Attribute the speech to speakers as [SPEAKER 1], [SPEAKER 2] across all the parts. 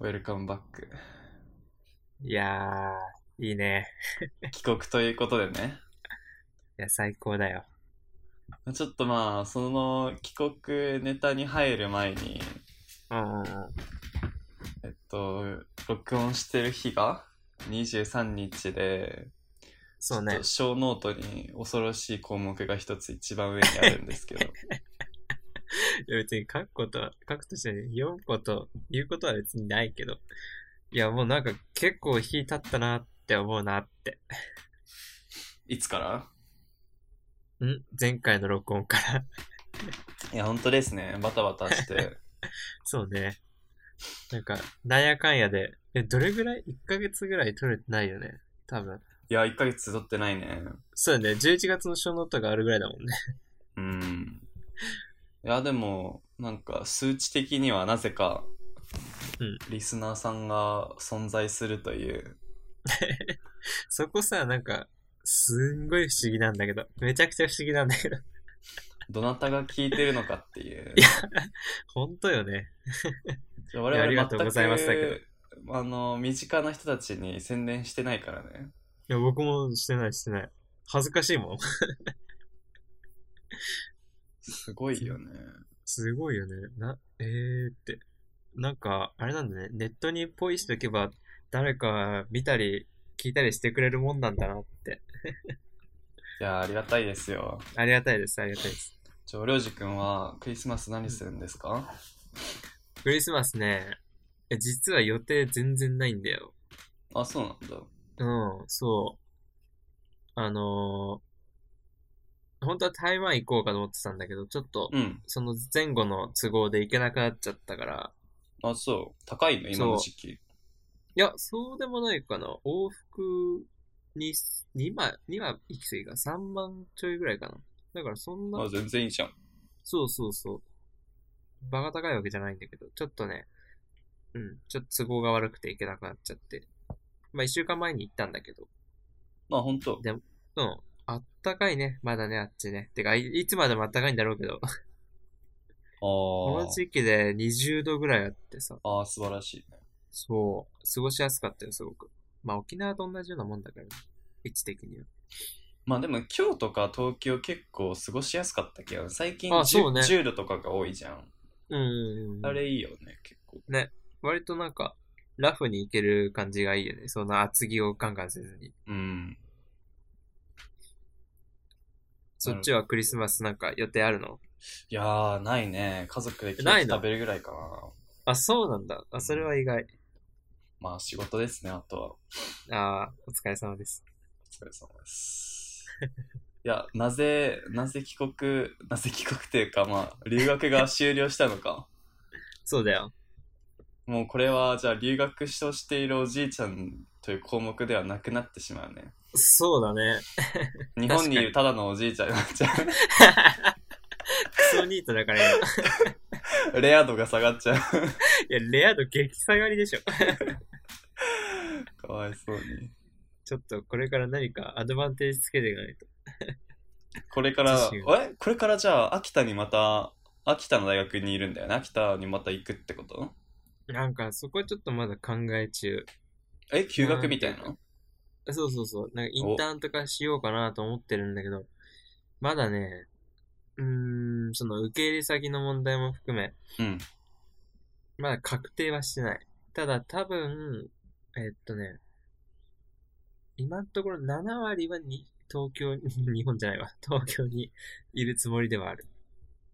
[SPEAKER 1] ウェルカムバック。
[SPEAKER 2] いやー、いいね。
[SPEAKER 1] 帰国ということでね。
[SPEAKER 2] いや、最高だよ。
[SPEAKER 1] ちょっとまあ、その帰国ネタに入る前に、
[SPEAKER 2] うんうんうん。
[SPEAKER 1] えっと、録音してる日が23日で、
[SPEAKER 2] そう
[SPEAKER 1] ちょ
[SPEAKER 2] ね
[SPEAKER 1] っと。小ノートに恐ろしい項目が一つ一番上にあるんですけ ど、
[SPEAKER 2] いや別に書くことは、書くとしてね、読むこと、言うことは別にないけど。いや、もうなんか結構日経ったなって思うなって。
[SPEAKER 1] いつから
[SPEAKER 2] ん前回の録音から。
[SPEAKER 1] いや、本当ですね。バタバタして。
[SPEAKER 2] そうね。なんか、なんやかんやで、え、どれぐらい ?1 ヶ月ぐらい撮れてないよね。多分。
[SPEAKER 1] いや、1ヶ月撮ってないね。
[SPEAKER 2] そうだね。11月の小ノートがあるぐらいだもんね。
[SPEAKER 1] うん。いや、でも、なんか、数値的にはなぜか
[SPEAKER 2] うん、
[SPEAKER 1] リスナーさんが存在するという。
[SPEAKER 2] そこさ、なんか、すんごい不思議なんだけど。めちゃくちゃ不思議なんだけど。
[SPEAKER 1] どなたが聞いてるのかっていう。
[SPEAKER 2] ほんとよね。
[SPEAKER 1] いや我々
[SPEAKER 2] いやありがとうございますだけ
[SPEAKER 1] 全くあの、身近な人たちに宣伝してないからね。
[SPEAKER 2] いや、僕もしてないしてない。恥ずかしいもん。
[SPEAKER 1] すごいよね。
[SPEAKER 2] すごいよね。な、えーって。なんか、あれなんだね。ネットにポイしとけば、誰か見たり、聞いたりしてくれるもんなんだなって。
[SPEAKER 1] いや、ありがたいですよ。
[SPEAKER 2] ありがたいです、ありがたいです。
[SPEAKER 1] じゃあ、りょうじくんはクリスマス何するんですか
[SPEAKER 2] クリスマスね、え実は予定全然ないんだよ。
[SPEAKER 1] あ、そうなんだ。
[SPEAKER 2] うん、そう。あのー、本当は台湾行こうかと思ってたんだけど、ちょっと、
[SPEAKER 1] うん。
[SPEAKER 2] その前後の都合で行けなくなっちゃったから、
[SPEAKER 1] あ、そう。高いの今の
[SPEAKER 2] そう
[SPEAKER 1] 時期。
[SPEAKER 2] いや、そうでもないかな。往復に、2万、2は行き過ぎか。3万ちょいぐらいかな。だからそんな
[SPEAKER 1] あ、、全然いいじゃん。
[SPEAKER 2] そうそうそう。場が高いわけじゃないんだけど、ちょっとね、うん、ちょっと都合が悪くて行けなくなっちゃって。まあ、1週間前に行ったんだけど、
[SPEAKER 1] まあ、ほんと。
[SPEAKER 2] うん、あったかいね。まだね、あっちね。てか、いいつまでもあったかいんだろうけど、
[SPEAKER 1] あ
[SPEAKER 2] こ
[SPEAKER 1] ー
[SPEAKER 2] の時期で20度ぐらいあってさ、
[SPEAKER 1] あー、素晴らしいね。
[SPEAKER 2] そう、過ごしやすかったよ、すごく。まあ、沖縄と同じようなもんだからね。位置的には。
[SPEAKER 1] まあでも今日とか東京結構過ごしやすかったけど最近
[SPEAKER 2] あそうね
[SPEAKER 1] 10, 10度とかが多いじゃん、
[SPEAKER 2] うんうんうん。
[SPEAKER 1] あれいいよね結構
[SPEAKER 2] 割となんか、ラフにいける感じがいいよね。その厚着をガンガンせずに。
[SPEAKER 1] うん
[SPEAKER 2] そっちはクリスマスなんか予定あるの
[SPEAKER 1] いやーないね家族でケ
[SPEAKER 2] な
[SPEAKER 1] ー
[SPEAKER 2] い
[SPEAKER 1] キ
[SPEAKER 2] の
[SPEAKER 1] 食べるぐらいかな
[SPEAKER 2] あ、そうなんだ。あ、それは意外。
[SPEAKER 1] まあ仕事ですねあとはお
[SPEAKER 2] あーお疲れ様です。
[SPEAKER 1] 疲れ様です いやなぜなぜ帰国なぜ帰国っていうかまあ留学が終了したの か
[SPEAKER 2] そうだよ。
[SPEAKER 1] もうこれはじゃあ留学しとしているおじいちゃんという項目ではなくなってしまうね
[SPEAKER 2] そうだね。
[SPEAKER 1] 日本にいるただのおじいちゃんになっちゃ
[SPEAKER 2] クソニートだから 今。いう
[SPEAKER 1] レア度が下がっちゃう
[SPEAKER 2] や、レア度激下がりでしょ。
[SPEAKER 1] かわいそうに。
[SPEAKER 2] ちょっとこれから何かアドバンテージつけていかないと。
[SPEAKER 1] これから、
[SPEAKER 2] 自
[SPEAKER 1] えこれからじゃあ、秋田にまた、秋田の大学にいるんだよね。秋田にまた行くってこと
[SPEAKER 2] なんか、そこはちょっとまだ考え中。
[SPEAKER 1] え休学みたいな
[SPEAKER 2] そうそうそう。なんかインターンとかしようかなと思ってるんだけど、まだね、うーん、その受け入れ先の問題も含め、
[SPEAKER 1] うん。
[SPEAKER 2] まだ確定はしてない。ただ多分、えっとね、今のところ7割はに東京に、 日本じゃないわ、東京にいるつもりではある。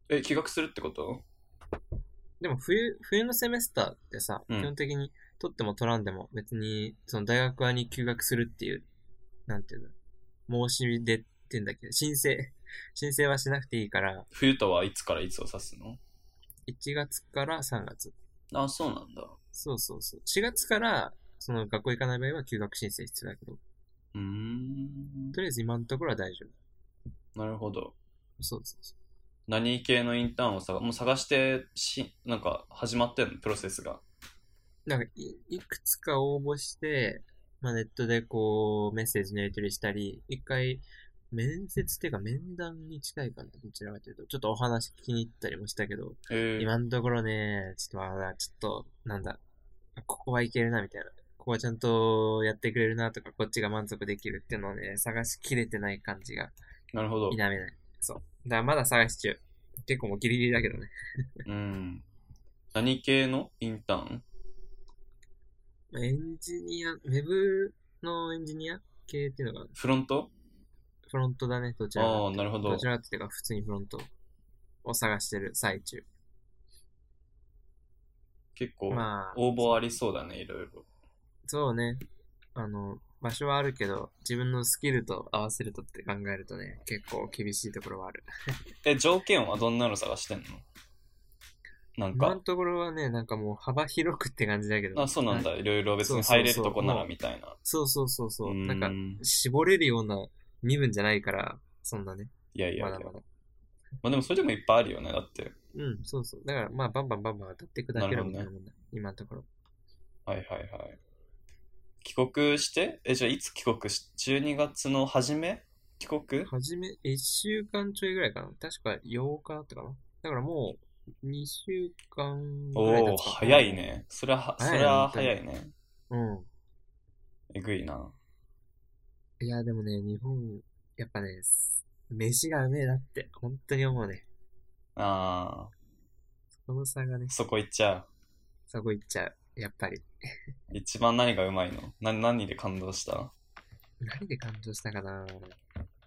[SPEAKER 1] え、休学するってこと
[SPEAKER 2] でも冬、冬のセメスターってさ、
[SPEAKER 1] うん
[SPEAKER 2] 基本的に取っても取らんでも別に、その大学側に休学するっていう、なんていうの、申し出ってんだっけど、申請、 申請はしなくていいから、
[SPEAKER 1] 冬とはいつからいつを指すの
[SPEAKER 2] 1月から3月。
[SPEAKER 1] あ、そうなんだ。
[SPEAKER 2] そうそうそう。4月から、その学校行かない場合は休学申請必要だけど、
[SPEAKER 1] うーん。
[SPEAKER 2] とりあえず今のところは大丈夫。
[SPEAKER 1] なるほど。
[SPEAKER 2] そうそうそう。
[SPEAKER 1] 何系のインターンを探、もう探して、し、なんか始まってんのプロセスが。
[SPEAKER 2] なんかい、いくつか応募して、まあ、ネットでこう、メッセージのやり取りしたり、一回、面接っていうか面談に近いかな、どちらかというと。ちょっとお話聞きに行ったりもしたけど、
[SPEAKER 1] えー、
[SPEAKER 2] 今のところね、ちょっとまだ、ちょっと、なんだ、あここはいけるな、みたいな。ここはちゃんとやってくれるなとか、こっちが満足できるっていうのをね、探しきれてない感じが
[SPEAKER 1] なるほど
[SPEAKER 2] 否。めない。そう。だからまだ探し中。結構もうギリギリだけどね。
[SPEAKER 1] うん。何系のインターン
[SPEAKER 2] エンジニア、ウェブのエンジニア系っていうのが
[SPEAKER 1] フロント
[SPEAKER 2] フロントだね、どちらか
[SPEAKER 1] ああ、なるほど
[SPEAKER 2] ど。ちらかっていうか、普通にフロントを探してる最中。
[SPEAKER 1] 結構、
[SPEAKER 2] まあ、
[SPEAKER 1] 応募ありそうだね、いろいろ。
[SPEAKER 2] そうね。あの、場所はあるけど、自分のスキルと合わせるとって考えるとね、結構厳しいところはある。
[SPEAKER 1] え、条件はどんなの探してんのなん
[SPEAKER 2] 今の
[SPEAKER 1] か、
[SPEAKER 2] ところはね、なんかもう幅広くって感じだけど。
[SPEAKER 1] あ、そうなん
[SPEAKER 2] か。
[SPEAKER 1] だ。いろいろ別に
[SPEAKER 2] そうそうそう
[SPEAKER 1] 入れるとこな
[SPEAKER 2] も
[SPEAKER 1] ら
[SPEAKER 2] う
[SPEAKER 1] みたいな。
[SPEAKER 2] そうそうそうそう。
[SPEAKER 1] ー
[SPEAKER 2] なんか、絞れるような身分じゃないから、そんなね、
[SPEAKER 1] いやいや
[SPEAKER 2] ま
[SPEAKER 1] いや
[SPEAKER 2] だ。まだ。
[SPEAKER 1] まあでもそれでもいっぱいあるよね、だって。
[SPEAKER 2] うん、そうそう。だから、まあ、バンバンバンバン当たって砕けるみたいなもんだ。今のところ。
[SPEAKER 1] はいはいはい。帰国してえ、じゃあいつ帰国し ?12 月の初め帰国
[SPEAKER 2] はじめ、1週間ちょいぐらいかな。確か8日だったかな。だからもう、2週間ぐらい経
[SPEAKER 1] おお、
[SPEAKER 2] つかな
[SPEAKER 1] 早い。ね。それは、そ
[SPEAKER 2] 早いな
[SPEAKER 1] れは
[SPEAKER 2] 本当に
[SPEAKER 1] 早いね。
[SPEAKER 2] うん。
[SPEAKER 1] えぐいな。
[SPEAKER 2] いや、でもね、日本、やっぱね、す飯がうめえなって、本当に思うね。
[SPEAKER 1] ああ、
[SPEAKER 2] その差がね、
[SPEAKER 1] そこ行っちゃ
[SPEAKER 2] そこ行っちゃう。やっぱり。
[SPEAKER 1] う。一番何がうまいのな何で感動した
[SPEAKER 2] 何で感動したかな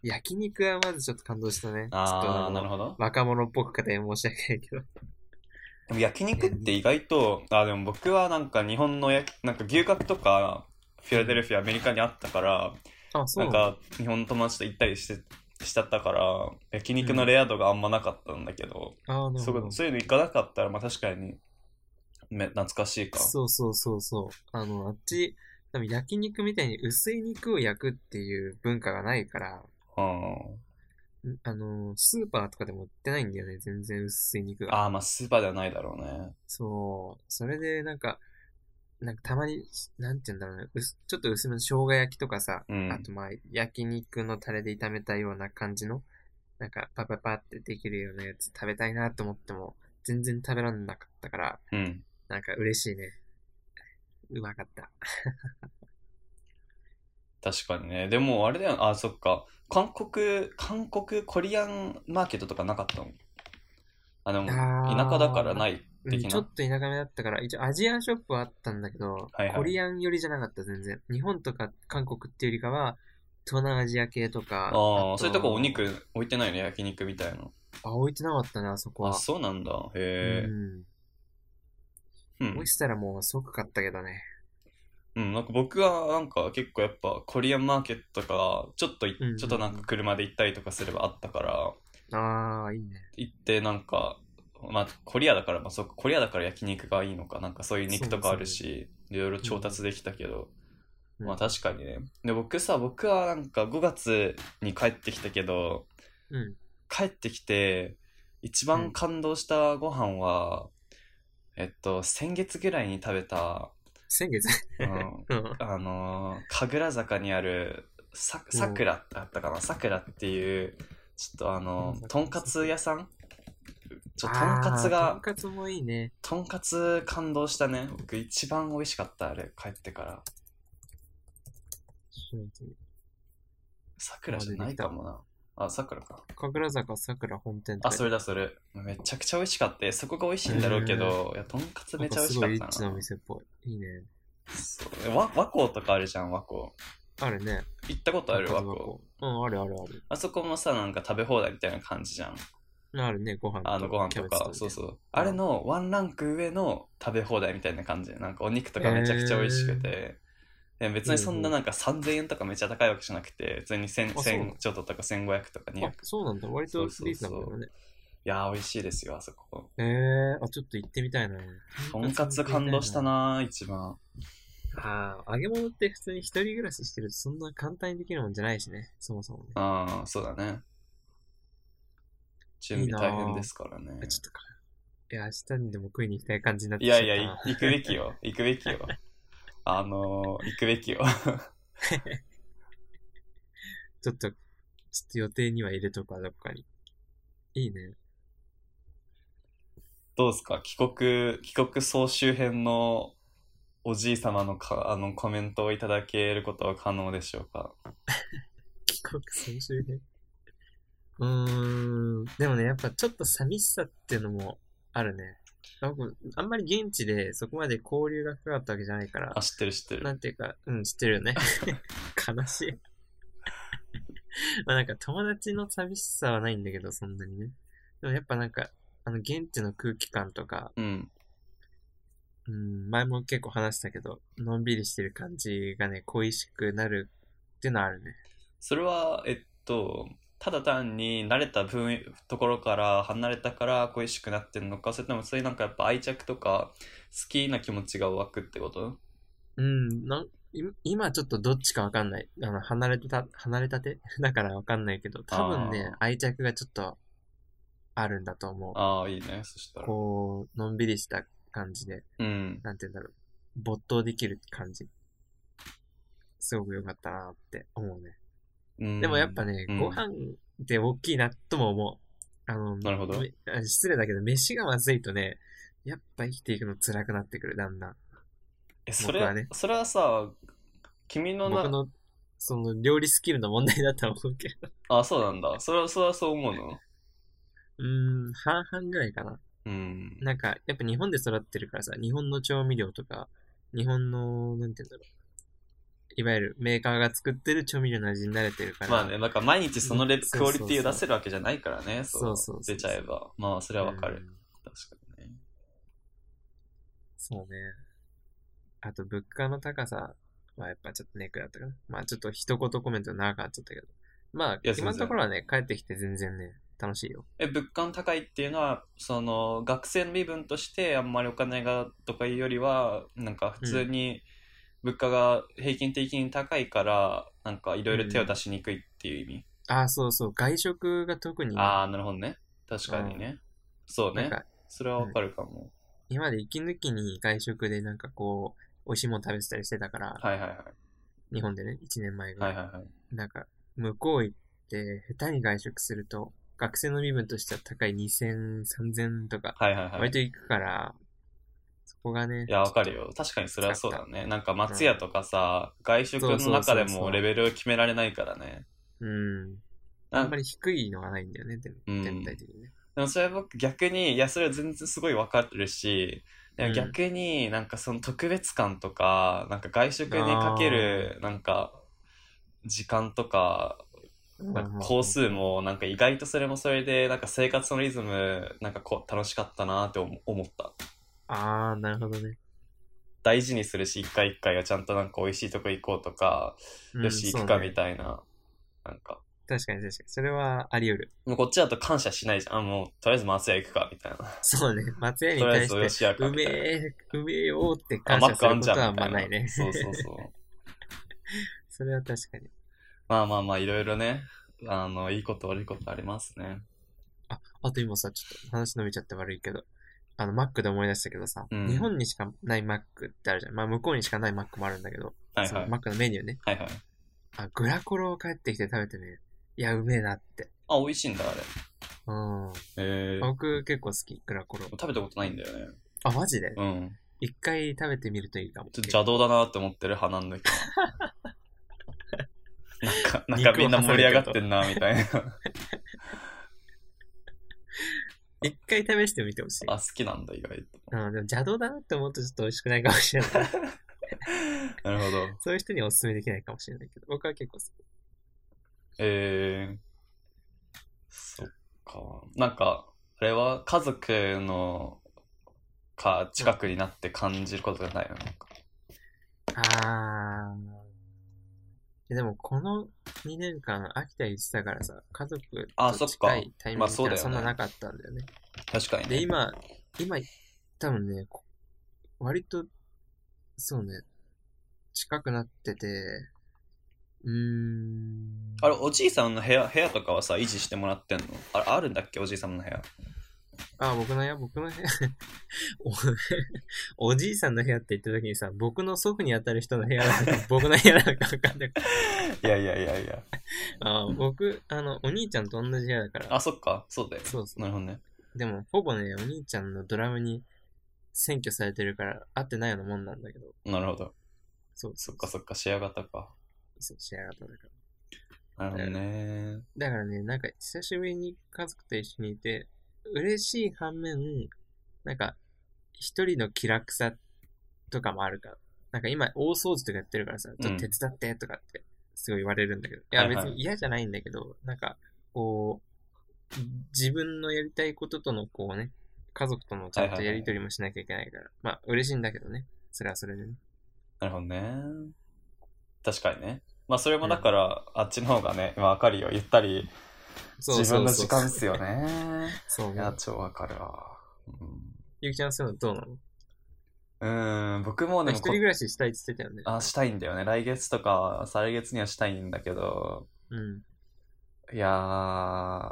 [SPEAKER 2] 焼肉はまずちょっと感動したね。ちょっと
[SPEAKER 1] ああ、
[SPEAKER 2] の
[SPEAKER 1] なるほど。
[SPEAKER 2] 若者っぽく方に申し訳ないけど。
[SPEAKER 1] でも焼肉って意外と、あでも僕はなんか日本の焼き、なんか牛角とか、フィラデルフィア、アメリカにあったから、
[SPEAKER 2] あ、そ
[SPEAKER 1] な
[SPEAKER 2] うんだ。
[SPEAKER 1] か日本の友達と行ったりして、しちゃったから、焼肉のレア度があんまなかったんだけど、
[SPEAKER 2] あーなる
[SPEAKER 1] そ
[SPEAKER 2] ほ
[SPEAKER 1] う
[SPEAKER 2] ど。
[SPEAKER 1] そういうの行かなかったら、まあ確かに、め懐かしいか。
[SPEAKER 2] そうそうそうそう。あの、あっち、多分焼肉みたいに薄い肉を焼くっていう文化がないから、
[SPEAKER 1] うん。
[SPEAKER 2] んあの、スーパーとかでも売ってないんだよね。全然薄い肉が。
[SPEAKER 1] ああ、まあスーパーではないだろうね。
[SPEAKER 2] そう。それで、なんか、なんかたまに、なんて言うんだろうね。薄ちょっと薄めの生姜焼きとかさ、
[SPEAKER 1] うん
[SPEAKER 2] あとまあ、焼肉のタレで炒めたような感じの、なんか、パパパってできるようなやつ食べたいなと思っても、全然食べられなかったから、
[SPEAKER 1] うん。
[SPEAKER 2] なんか嬉しいね。うまかった。
[SPEAKER 1] 確かにね。でも、あれだよ、あ、そっか。韓国、韓国コリアンマーケットとかなかったのあ、でも、
[SPEAKER 2] あー
[SPEAKER 1] 田舎だからない
[SPEAKER 2] うん
[SPEAKER 1] 的
[SPEAKER 2] ちょ
[SPEAKER 1] な
[SPEAKER 2] っ。と田舎めだったから、一応アジアンショップはあったんだけど、
[SPEAKER 1] はいはい
[SPEAKER 2] コリアン寄りじゃなかった、全然。日本とか韓国っていうよりかは、東南アジア系とか。
[SPEAKER 1] ああ、
[SPEAKER 2] と
[SPEAKER 1] そういうとこお肉置いてないの焼肉みたいな。
[SPEAKER 2] あ、置いてなかったね、あそこ
[SPEAKER 1] あ、
[SPEAKER 2] は。
[SPEAKER 1] そうなんだ。へ
[SPEAKER 2] うん。
[SPEAKER 1] え。う
[SPEAKER 2] 置
[SPEAKER 1] ん
[SPEAKER 2] い。てたらもう即買ったけどね。
[SPEAKER 1] うん、なんか僕はなんか結構やっぱコリアンマーケットとか、ちょっとい、
[SPEAKER 2] うんうんうん
[SPEAKER 1] ちょっとなんか車で行ったりとかすればあったから、
[SPEAKER 2] ああ、いいね。
[SPEAKER 1] 行ってなんか、まあコリアだから、まあそうか、コリアだから焼肉がいいのか、なんかそういう肉とかあるし、いろいろ調達できたけど、
[SPEAKER 2] うん
[SPEAKER 1] まあ確かにね。で、僕さ、僕はなんか5月に帰ってきたけど、
[SPEAKER 2] うん。
[SPEAKER 1] 帰ってきて一
[SPEAKER 2] う
[SPEAKER 1] 番
[SPEAKER 2] ん
[SPEAKER 1] 感動したご飯は、えっと先月ぐらいに食べた、
[SPEAKER 2] 先月。
[SPEAKER 1] あの
[SPEAKER 2] うん。
[SPEAKER 1] あのー神楽坂にあるさ
[SPEAKER 2] うん
[SPEAKER 1] さくらってあったかなさくらっていうちょっとあの
[SPEAKER 2] うん
[SPEAKER 1] とんかつ屋さんちょと
[SPEAKER 2] あ
[SPEAKER 1] ん
[SPEAKER 2] ー
[SPEAKER 1] かつ
[SPEAKER 2] とん
[SPEAKER 1] が
[SPEAKER 2] かつもいいね。
[SPEAKER 1] とんかつ感動したね僕一番美味しかったあれ帰ってからさくらじゃないかもなあさくらか
[SPEAKER 2] 神楽坂桜本店
[SPEAKER 1] あそ
[SPEAKER 2] れ
[SPEAKER 1] れだそれめちゃくちゃ美味しかったそこが美味しいんだろうけど、いやとんかつめちゃ美味しか
[SPEAKER 2] すごいリ
[SPEAKER 1] っ
[SPEAKER 2] ッチ
[SPEAKER 1] た
[SPEAKER 2] な
[SPEAKER 1] な
[SPEAKER 2] お店っぽい。いいね。
[SPEAKER 1] そう和和光とかあるじゃん和光
[SPEAKER 2] あるね。
[SPEAKER 1] 行ったことある和光
[SPEAKER 2] うん、あるあるある。
[SPEAKER 1] あそこもさなんか食べ放題みたいな感じじゃん
[SPEAKER 2] あるね、ご飯と
[SPEAKER 1] あのご飯
[SPEAKER 2] キャ
[SPEAKER 1] と
[SPEAKER 2] ベツ
[SPEAKER 1] かそうそうあれのワンランク上の食べ放題みたいな感じなんかお肉とかめちゃくちゃ美味しくて、で別にそんななんか3000円とかめっちゃ高いわけじゃなくて普通に1000
[SPEAKER 2] あそうなの
[SPEAKER 1] 1000ちょっととか1500とか200
[SPEAKER 2] あ
[SPEAKER 1] い、
[SPEAKER 2] そうなんだ。割と
[SPEAKER 1] そ
[SPEAKER 2] リ
[SPEAKER 1] うそうそう
[SPEAKER 2] ーズナブルだね。
[SPEAKER 1] やー美味しいですよあそこ
[SPEAKER 2] えー、あ、ちょっと行ってみたいな。
[SPEAKER 1] とんかつ感動したなー一番
[SPEAKER 2] ああ、揚げ物って普通に一人暮らししてるとそんな簡単にできるもんじゃないしね、そもそもね。
[SPEAKER 1] ああそうだね準
[SPEAKER 2] いい
[SPEAKER 1] 備
[SPEAKER 2] なー
[SPEAKER 1] 大変ですからね
[SPEAKER 2] あちょっとか。いや、明日にでも食いに行きたい感じになって
[SPEAKER 1] い
[SPEAKER 2] しまっ
[SPEAKER 1] や
[SPEAKER 2] た
[SPEAKER 1] い
[SPEAKER 2] な。
[SPEAKER 1] や、い行くべきよ。行くべきよ。あのー、行くべきよ。
[SPEAKER 2] ちょっと、ちょっと予定には入れとくわ、どっかに。いいね。
[SPEAKER 1] どうですか帰国、帰国総集編のおじい様のかあのコメントをいただけることは可能でしょうか
[SPEAKER 2] 帰国総集編。うーん。でもね、やっぱちょっと寂しさっていうのもあるね。僕、あんまり現地でそこまで交流が深かったわけじゃないから
[SPEAKER 1] あ、知ってる知って
[SPEAKER 2] な
[SPEAKER 1] る
[SPEAKER 2] んていうか、うん、知ってるよね。 悲しい。まあなんか友達の寂しさはないんだけど、そんなにね。でもやっぱなんか、あの、現地の空気感とか、
[SPEAKER 1] うん
[SPEAKER 2] うん、前も結構話したけど、のんびりしてる感じがね、恋しくなるってのはあるね。
[SPEAKER 1] それはえっとただ単に慣れた分ところから離れたから恋しくなってるのかそれともそういうなんかやっぱ愛着とか好きな気持ちが湧くってこと
[SPEAKER 2] うん、なんい今ちょっとどっちかわかんない。あの、離れた、離れたて だからわかんないけど、多分ね、愛着がちょっとあるんだと思う。
[SPEAKER 1] ああいいねそしたら
[SPEAKER 2] こう、のんびりした感じで、
[SPEAKER 1] うん
[SPEAKER 2] なんて言うんだろう。没頭できる感じ。すごく良かったなって思うね。で
[SPEAKER 1] で
[SPEAKER 2] もやっぱね、ご飯って大きいなとも思う。あの、
[SPEAKER 1] なるほど
[SPEAKER 2] めあ失礼だけど、飯がまずいとね、やっぱ生きていくの辛くなってくる、だんだん。
[SPEAKER 1] えそれ
[SPEAKER 2] 僕はね
[SPEAKER 1] それはさ君の
[SPEAKER 2] 僕
[SPEAKER 1] な
[SPEAKER 2] の、その、料理スキルの問題だとは思うけど。
[SPEAKER 1] あそうなんだそれはそれはそう思うの
[SPEAKER 2] うーん、半々ぐらいかな。
[SPEAKER 1] うん
[SPEAKER 2] なんか、やっぱ日本で育ってるからさ、日本の調味料とか、日本の、なんて言うんだろう。いわゆるメーカーが作ってる調味料の味に慣れてるから。
[SPEAKER 1] まあね、なんか毎日そのレベ
[SPEAKER 2] そ
[SPEAKER 1] ク
[SPEAKER 2] うそ
[SPEAKER 1] オ
[SPEAKER 2] う
[SPEAKER 1] リ
[SPEAKER 2] そう
[SPEAKER 1] ティを出せるわけじゃないからね、
[SPEAKER 2] そうそうそう
[SPEAKER 1] 出ちゃえば。まあ、それはわかる。
[SPEAKER 2] うん
[SPEAKER 1] 確かにね。
[SPEAKER 2] そうね。あと、物価の高さはやっぱちょっとネックだったかな。まあ、ちょっと一言コメント長くなっちゃったけど。まあ、
[SPEAKER 1] いや
[SPEAKER 2] 今の
[SPEAKER 1] 全然
[SPEAKER 2] ところはね、帰ってきて全然ね、楽しいよ。
[SPEAKER 1] え、物価の高いっていうのは、その、学生の身分としてあんまりお金がとかいうよりは、なんか普通に物価が平均的に高いから、なんかいろいろ手を出しにくいっていう意味。
[SPEAKER 2] ああ、そうそう、外食が特にね、
[SPEAKER 1] ああ、なるほどね。確かにね。そう
[SPEAKER 2] なん
[SPEAKER 1] ね。
[SPEAKER 2] か、
[SPEAKER 1] それはわかるかも。
[SPEAKER 2] 今まで息抜きに外食でなんかこう、美味しいもの食べてたりしてたから、
[SPEAKER 1] はいはいはい。
[SPEAKER 2] 日本でね、1年前ぐら。
[SPEAKER 1] はいいはいはい。
[SPEAKER 2] なんか、向こう行って、下手に外食すると、学生の身分としては高い2000、3000とか、
[SPEAKER 1] はいはいはい
[SPEAKER 2] 割。と行くから、そこがね、
[SPEAKER 1] いや、わかるよ。確かにそれはそうだね。なんか松屋とかさ、外食の中でもレベルを決められないからね。
[SPEAKER 2] うん。
[SPEAKER 1] な
[SPEAKER 2] あ
[SPEAKER 1] ん
[SPEAKER 2] んまり低いのがないんだよね、でも
[SPEAKER 1] うん
[SPEAKER 2] 全体的にね。
[SPEAKER 1] でもそれは僕逆に、いや、それは全然すごいわかるし、で
[SPEAKER 2] うん
[SPEAKER 1] も逆になんかその特別感とか、なんか外食にかける、なんか、時間とか、なんか工数も、なんか意外とそれもそれで、なんか生活のリズム、なんかこう、楽しかったなって思思った。
[SPEAKER 2] ああ、なるほどね。
[SPEAKER 1] 大事にするし、一回一回はちゃんとなんか美味しいとこ行こうとか、
[SPEAKER 2] うん
[SPEAKER 1] よし、行くか
[SPEAKER 2] そうね
[SPEAKER 1] みたいな、なんか、
[SPEAKER 2] 確かに確かに。それはあり得る。
[SPEAKER 1] もうこっちだと感謝しないじゃん。あ、もう、とりあえず松屋行くか、みたいな。
[SPEAKER 2] そうね。松屋に
[SPEAKER 1] とりあえ
[SPEAKER 2] 対
[SPEAKER 1] ず、
[SPEAKER 2] して、
[SPEAKER 1] 吉屋か
[SPEAKER 2] う
[SPEAKER 1] みた
[SPEAKER 2] め
[SPEAKER 1] いな。
[SPEAKER 2] え、うめえよって
[SPEAKER 1] あ、
[SPEAKER 2] 感
[SPEAKER 1] マ
[SPEAKER 2] 謝
[SPEAKER 1] ッ
[SPEAKER 2] す
[SPEAKER 1] クあ
[SPEAKER 2] る
[SPEAKER 1] ん
[SPEAKER 2] こ
[SPEAKER 1] じゃ
[SPEAKER 2] とはあ
[SPEAKER 1] ん、
[SPEAKER 2] ん
[SPEAKER 1] みた
[SPEAKER 2] ま
[SPEAKER 1] い
[SPEAKER 2] ないね。
[SPEAKER 1] な。そうそうそう。
[SPEAKER 2] それは確かに。
[SPEAKER 1] まあまあまあ、いろいろね、あの、いいこと悪いことありますね。
[SPEAKER 2] あ、あと今さ、ちょっと話伸びちゃって悪いけど、あの、マックで思い出したけどさ、
[SPEAKER 1] うん
[SPEAKER 2] 日本にしかないマックってあるじゃん。まあ、向こうにしかないマックもあるんだけど、
[SPEAKER 1] はい
[SPEAKER 2] そ
[SPEAKER 1] は
[SPEAKER 2] の
[SPEAKER 1] い。
[SPEAKER 2] マックのメニューね。
[SPEAKER 1] はいはい。
[SPEAKER 2] あ、グラコロを帰ってきて食べてね。いや、うめえなって。
[SPEAKER 1] あ、美味しいんだ、あれ。
[SPEAKER 2] うん。
[SPEAKER 1] えー、
[SPEAKER 2] 僕結構好き、グラコロ。
[SPEAKER 1] 食べたことないんだよね。
[SPEAKER 2] あ、マジで
[SPEAKER 1] うん。
[SPEAKER 2] 一回食べてみるといいかも。
[SPEAKER 1] ちょっと邪道だなって思ってる派なん だけど。なんか、なんか
[SPEAKER 2] 肉を
[SPEAKER 1] みんな盛り上がってんな、みたいな。
[SPEAKER 2] 一回試してみてほしい。
[SPEAKER 1] あ、好きなんだ、意外と。
[SPEAKER 2] うん、でも邪道だなって思うとちょっと美味しくないかもしれない。
[SPEAKER 1] なるほど。
[SPEAKER 2] そういう人にはお勧めできないかもしれないけど、僕は結構好き。
[SPEAKER 1] えー、そっか。なんか、あれは家族のか近くになって感じることがないのなんか。
[SPEAKER 2] あー。えでもこの2年間、秋田行ってたからさ、家族
[SPEAKER 1] あ
[SPEAKER 2] と
[SPEAKER 1] そっか
[SPEAKER 2] 近いタイミ
[SPEAKER 1] ま
[SPEAKER 2] ングっての
[SPEAKER 1] あそうだよ
[SPEAKER 2] は
[SPEAKER 1] ね
[SPEAKER 2] そんななかったんだよね。
[SPEAKER 1] 確かに
[SPEAKER 2] で、
[SPEAKER 1] ね。
[SPEAKER 2] 今、今、多分ね、こ割と、そうね、近くなってて、うーん。
[SPEAKER 1] あれ、おじいさんの部屋、部屋とかはさ、維持してもらってんのあれ、あるんだっけおじいさんの部屋。
[SPEAKER 2] あ、僕の部屋、僕の部屋。 おおじいさんの部屋って言った時にさ、僕の祖父に当たる人の部屋なのか、僕の部屋なのか分かんない
[SPEAKER 1] いやいやいやいや。
[SPEAKER 2] あ僕、あの、お兄ちゃんと同じ部屋だから。
[SPEAKER 1] あ、そっか。そうだよ。
[SPEAKER 2] そうそ
[SPEAKER 1] なるほどね。
[SPEAKER 2] う。でも、ほぼね、お兄ちゃんのドラムに占拠されてるから合ってないようなもんなんだけど。
[SPEAKER 1] なるほど。
[SPEAKER 2] そう
[SPEAKER 1] そっかそっか、仕上がったか。
[SPEAKER 2] そう、仕上がっただから。
[SPEAKER 1] なるほどね。
[SPEAKER 2] だからね、なんか久しぶりに家族と一緒にいて、嬉しい反面、なんか、一人の気楽さとかもあるから、なんか今大掃除とかやってるからさ、ちょっと手伝ってとかって、すごい言われるんだけど、いや
[SPEAKER 1] はいは
[SPEAKER 2] 別
[SPEAKER 1] い
[SPEAKER 2] に嫌じゃないんだけど、なんか、こう、自分のやりたいこととのこうね、家族とのちゃんとやりとりもしなきゃいけないから、まあ嬉しいんだけどね、それはそれでね。
[SPEAKER 1] なるほどね。確かにね。まあそれもだから、あっちの方がね、わかるよ。ゆったり、
[SPEAKER 2] そう
[SPEAKER 1] 自
[SPEAKER 2] そう
[SPEAKER 1] 分の
[SPEAKER 2] そう
[SPEAKER 1] 時間っすよ。ね。
[SPEAKER 2] そう
[SPEAKER 1] い
[SPEAKER 2] ね。
[SPEAKER 1] や、超わかるわ。うん
[SPEAKER 2] ゆきちゃんそういうのどうなの
[SPEAKER 1] うーん、僕も
[SPEAKER 2] まあ
[SPEAKER 1] で
[SPEAKER 2] 一
[SPEAKER 1] も
[SPEAKER 2] 人
[SPEAKER 1] こ、
[SPEAKER 2] 暮らししたいって言ってたよね。
[SPEAKER 1] あ、したいんだよね。来月とか、再来月にはしたいんだけど、
[SPEAKER 2] うん。
[SPEAKER 1] いやー、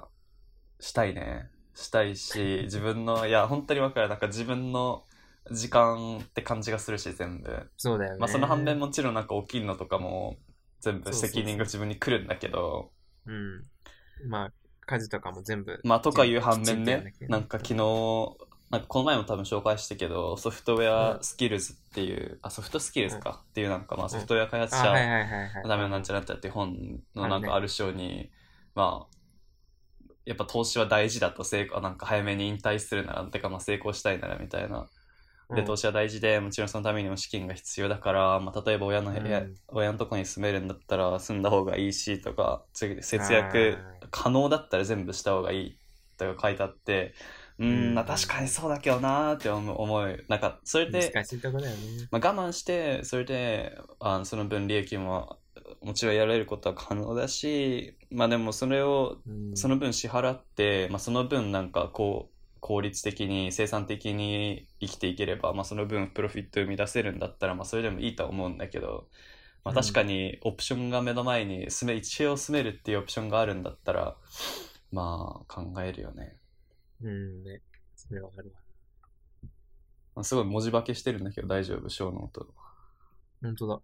[SPEAKER 1] したいね。したい し、自分の、いや、本当にわかる。なんか自分の時間って感じがするし、全部。
[SPEAKER 2] そうだよね。
[SPEAKER 1] まあ、その反面もちろんなんか起きるのとかも、全部責任が自分に来るんだけど、
[SPEAKER 2] うん。まあ、家事とかも全部。
[SPEAKER 1] まあ、とかいう反面
[SPEAKER 2] きち
[SPEAKER 1] ね
[SPEAKER 2] とや、ら
[SPEAKER 1] な
[SPEAKER 2] なきゃいけい
[SPEAKER 1] んか昨日、なんかこの前も多分紹介したけど、ソフトウェアスキルズっていう、あ、ソフトスキルズかっていうなんか、まあ、ソフトウェア開発
[SPEAKER 2] あ、はい
[SPEAKER 1] 者
[SPEAKER 2] はいはいはい。
[SPEAKER 1] のためのなんちゃらってっていう本のなんかある章に、まあ、やっぱ投資は大事だと、成功、なんか早めに引退するなら、てかまあ成功したいならみたいな。で、投
[SPEAKER 2] 資
[SPEAKER 1] 資は大事で、もちろんそのためにも資金が必要だから、まあ、例えば親の部屋、
[SPEAKER 2] うん
[SPEAKER 1] 親のとこに住めるんだったら住んだ方がいいしとか、次節約可能だったら全部した方がいいとか書いてあって、うー
[SPEAKER 2] うん
[SPEAKER 1] ん、まあ確かにそうだけどなーって思う、思うなんか、それで、
[SPEAKER 2] 難しいとこだよね。
[SPEAKER 1] まあ、我慢して、それで、あのその分利益も、もちろんやられることは可能だし、まあでもそれを
[SPEAKER 2] うん
[SPEAKER 1] その分支払って、まあ、その分なんかこう効率的に生産的に生きていければ、まあ、その分プロフィットを生み出せるんだったら、まあ、それでもいいとは思うんだけど、まあ、
[SPEAKER 2] うん
[SPEAKER 1] 確かにオプションが目の前に住め一応住めるっていうオプションがあるんだったらまあ考えるよね、
[SPEAKER 2] うん、ね。それわかるわ。
[SPEAKER 1] まあ、すごい文字化けしてるんだけど大丈夫小の音
[SPEAKER 2] 本当だ。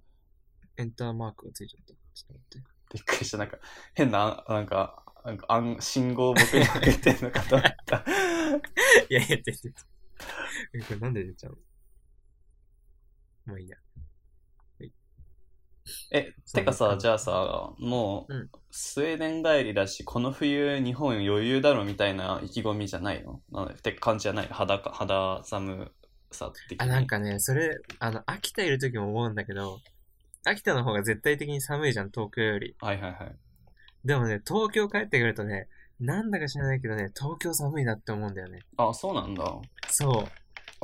[SPEAKER 2] エンターマークがついちゃった。ちょっと待って。
[SPEAKER 1] びっくりしたなんか変なあなんかなんかあん信号を僕に入ってるのかと思った
[SPEAKER 2] いやいや、出て た。え、これなんで出ちゃうのまあいいや。
[SPEAKER 1] え、てか
[SPEAKER 2] そう
[SPEAKER 1] さ
[SPEAKER 2] ね、
[SPEAKER 1] じゃあさ、もう
[SPEAKER 2] うん、
[SPEAKER 1] スウェーデン帰りだし、この冬、日本余裕だろみたいな意気込みじゃないのなんてか感じじゃない肌か、肌寒さ的
[SPEAKER 2] あ、
[SPEAKER 1] に。
[SPEAKER 2] なんかね、それ、あの、秋田いる時も思うんだけど、秋田の方が絶対的に寒いじゃん、東京より。
[SPEAKER 1] はいはいはい。
[SPEAKER 2] でもね、東京帰ってくるとね、なんだか知らないけどね、東京寒いなって思うんだよね。
[SPEAKER 1] あ、そうなんだ。
[SPEAKER 2] そう。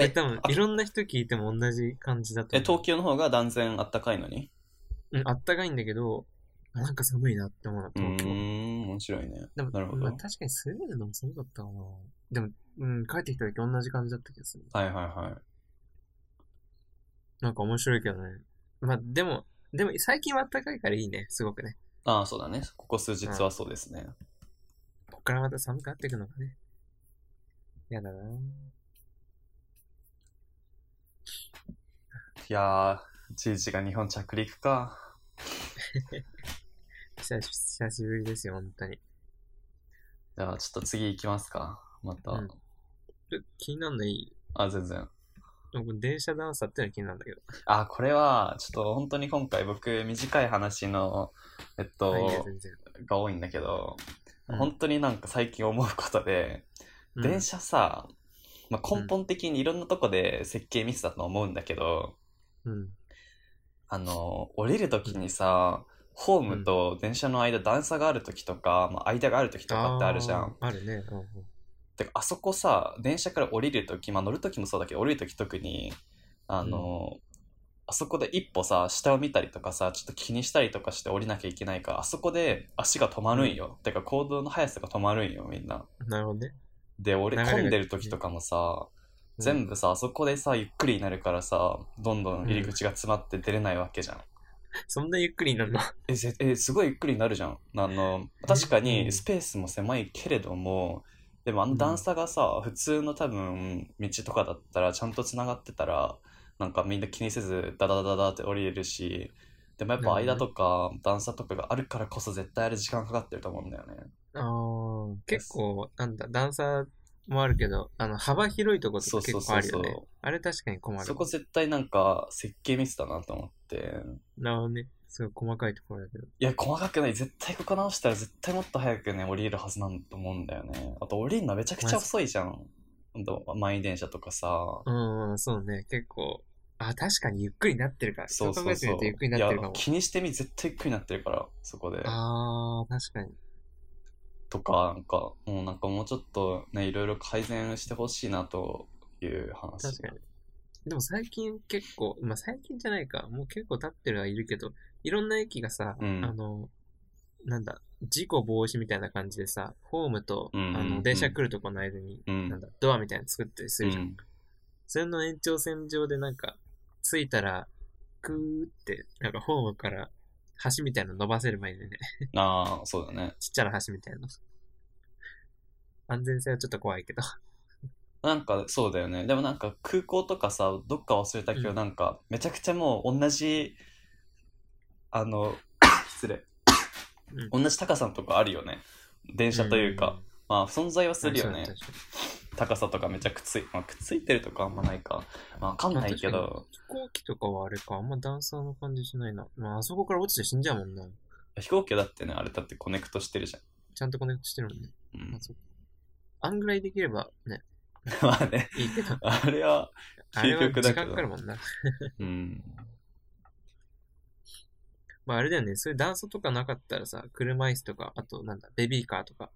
[SPEAKER 1] え
[SPEAKER 2] え、多分、いろんな人聞いても同じ感じだと
[SPEAKER 1] え、
[SPEAKER 2] 思う。
[SPEAKER 1] 東京の方が断然あったかいのに
[SPEAKER 2] うん、あったかいんだけど、あなんか寒いなって思うな、
[SPEAKER 1] うー
[SPEAKER 2] 東京。
[SPEAKER 1] ん、面白いね。
[SPEAKER 2] でも、
[SPEAKER 1] なるほど
[SPEAKER 2] まあ、確かにスウェーデンのも寒かったかな。でも、うん、帰ってきた時同じ感じだった気がする。
[SPEAKER 1] はいはいはい。
[SPEAKER 2] なんか面白いけどね。まあ、でも、でも最近はあったかいからいいね、すごくね。
[SPEAKER 1] あ、そうだね。ここ数日はそうですね。
[SPEAKER 2] こっからまた寒くなっていくのがね。やだなぁ
[SPEAKER 1] いやー、じいじが日本着陸か。
[SPEAKER 2] 久し久しぶりですよ、本当に。
[SPEAKER 1] じゃあ、ちょっと次行きますか。また。
[SPEAKER 2] うんちょ気になるのいい
[SPEAKER 1] あ、全然。
[SPEAKER 2] 僕、電車ダンサーっていうの気になるんだけど。
[SPEAKER 1] あ、これは、ちょっと本当に今回僕、短い話の、えっ
[SPEAKER 2] あいいや
[SPEAKER 1] と、
[SPEAKER 2] 全然。
[SPEAKER 1] が多いんだけど、
[SPEAKER 2] うん
[SPEAKER 1] 本当になんか最近思うことで、電車さ、まあ、根本的にいろんなとこで設計ミスだと思うんだけど、
[SPEAKER 2] うん。うん。
[SPEAKER 1] あの、降りるときにさ、ホームと電車の間、段差があるときとか、まあ、間があるときとかってあるじゃん。
[SPEAKER 2] あー。あるね。うんうん
[SPEAKER 1] てか、あそこさ、電車から降りるとき、まあ、乗るときもそうだけど、降りるとき特に、あの、あそこで一歩さ、下を見たりとかさ、ちょっと気にしたりとかして降りなきゃいけないから、あそこで足が止まるんよ。てか、行動の速さが止まるんよ、みんな。
[SPEAKER 2] なるほどね。
[SPEAKER 1] で、俺、
[SPEAKER 2] 流れが
[SPEAKER 1] 混んでるときとかもさ、
[SPEAKER 2] うん
[SPEAKER 1] 全部さ、あそこでさ、ゆっくりになるからさ、どんどん入り口が詰まって出れないわけじゃん。
[SPEAKER 2] そんなゆっくりになるの
[SPEAKER 1] え、ぜえ、すごいゆっくりになるじゃん。あの、確か
[SPEAKER 2] うん
[SPEAKER 1] にスペースも狭いけれども、でもあの段差がさ、普通の多分道とかだったらちゃんとつながってたら、なんかみんな気にせずダダダダダって降りれるし、でもやっぱ間とか段差とかがあるからこそ絶対あれ時間かかってると思うんだよね。
[SPEAKER 2] ああ、結構、なんだ、ダンサーもあるけど、あの、幅広いとこって
[SPEAKER 1] そう
[SPEAKER 2] 結
[SPEAKER 1] そう
[SPEAKER 2] 構
[SPEAKER 1] そ
[SPEAKER 2] あ
[SPEAKER 1] う
[SPEAKER 2] る
[SPEAKER 1] そ
[SPEAKER 2] よ
[SPEAKER 1] う、
[SPEAKER 2] ね。あれ確かに困る。
[SPEAKER 1] そこ絶対なんか設計ミスだなと思って
[SPEAKER 2] なるほどね。すごい細かいところだけど。
[SPEAKER 1] いや細かくない絶対ここ直したら絶対もっと早くね降りれるはずなんだと思うんだよねあと降りるのめちゃくちゃ遅いじゃんほんと満員電車とかさ
[SPEAKER 2] うんうん、そうね。結構。あ、確かにゆっくりになってるから。
[SPEAKER 1] そうそう
[SPEAKER 2] 考えて
[SPEAKER 1] そ
[SPEAKER 2] みると
[SPEAKER 1] う
[SPEAKER 2] ゆっくりになってるか
[SPEAKER 1] いや
[SPEAKER 2] も。
[SPEAKER 1] 気にしてみ絶対ゆっくりになってるからそこで
[SPEAKER 2] あー、確かに。
[SPEAKER 1] とかなんかもうなんかもうちょっとねいろいろ改善してほしいなという話
[SPEAKER 2] 確かに。でも最近結構、まあ、最近じゃないか。もう結構経ってるはいるけど、いろんな駅がさ、
[SPEAKER 1] うん
[SPEAKER 2] あの、なんだ、事故防止みたいな感じでさ、ホームと、
[SPEAKER 1] うんうんうん
[SPEAKER 2] あの電車来るとこの間に、
[SPEAKER 1] うん
[SPEAKER 2] なんだ、ドアみたいなの作ったりす
[SPEAKER 1] う
[SPEAKER 2] るじゃん。
[SPEAKER 1] ん
[SPEAKER 2] それの延長線上でなんか、着いたら、クーって、なんかホームから、橋みたいなの伸ばせればいいんだよね。
[SPEAKER 1] ああそうだね
[SPEAKER 2] ちっちゃな橋みたいな。安全性はちょっと怖いけど。
[SPEAKER 1] なんかそうだよねでもなんか空港とかさどっか忘れたけど、
[SPEAKER 2] うん
[SPEAKER 1] なんかめちゃくちゃもう同じあの失礼
[SPEAKER 2] うん
[SPEAKER 1] 同じ高さのとこあるよね電車というか、
[SPEAKER 2] ん、
[SPEAKER 1] まあ存在はするよ
[SPEAKER 2] あ
[SPEAKER 1] ね
[SPEAKER 2] そう確かに
[SPEAKER 1] 高さとかめちゃくつい、まあ、くっついてるとかあんまないか、まあ、わかんないけ
[SPEAKER 2] まあ
[SPEAKER 1] ど
[SPEAKER 2] 飛行機とかはあれか、あんま段差の感じしないな。まあ、あそこから落ちて死んじゃうもんな。
[SPEAKER 1] 飛行機だってねあれだってコネクトしてるじ
[SPEAKER 2] ちゃんとコネクトしてるもんね。
[SPEAKER 1] ゃん、うん
[SPEAKER 2] あ、そっかあんぐらいできればね、
[SPEAKER 1] まあね。
[SPEAKER 2] いいけど
[SPEAKER 1] あれは
[SPEAKER 2] あれ
[SPEAKER 1] 究
[SPEAKER 2] は
[SPEAKER 1] 極だ
[SPEAKER 2] 時
[SPEAKER 1] け
[SPEAKER 2] 間
[SPEAKER 1] ど
[SPEAKER 2] かかるもんな。
[SPEAKER 1] うん
[SPEAKER 2] まあ、あれだよね。そういう段差とかなかったらさ、車椅子とか、あとなんだ、ベビーカーとか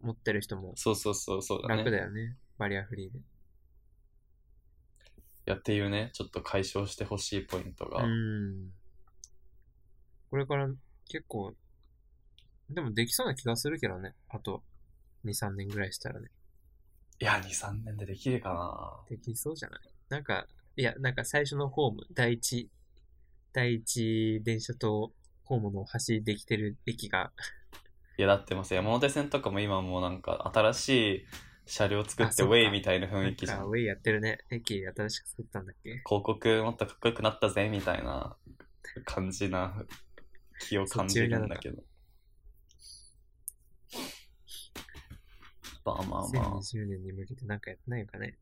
[SPEAKER 2] 持ってる人も
[SPEAKER 1] そうそうそうそうだね
[SPEAKER 2] 楽だよね。バリアフリーで。
[SPEAKER 1] やっていうねちょっと解消してほしいポイントが、
[SPEAKER 2] うん。これから結構、でもできそうな気がするけどね。あと、2、3年ぐらいしたらね。
[SPEAKER 1] いや23年でできるかな
[SPEAKER 2] できそうじゃないなんか、いや、なんか最初のホーム、第一、第一電車とホームの端できてる駅が、
[SPEAKER 1] いやだってます山手線とかも今もうなんか新しい車両作っ
[SPEAKER 2] あ
[SPEAKER 1] て
[SPEAKER 2] そ
[SPEAKER 1] ウ
[SPEAKER 2] っか
[SPEAKER 1] ェイみたいな
[SPEAKER 2] な
[SPEAKER 1] 雰囲
[SPEAKER 2] ん
[SPEAKER 1] 気じゃん
[SPEAKER 2] かウ
[SPEAKER 1] 広
[SPEAKER 2] ェイやってるね。駅新しく作ったんだっけ
[SPEAKER 1] 告もっとかっこよくなったぜみたいな感じな気を感じるんだけどまあまあま
[SPEAKER 2] ?2020 年に向けてなんかやってないのかね。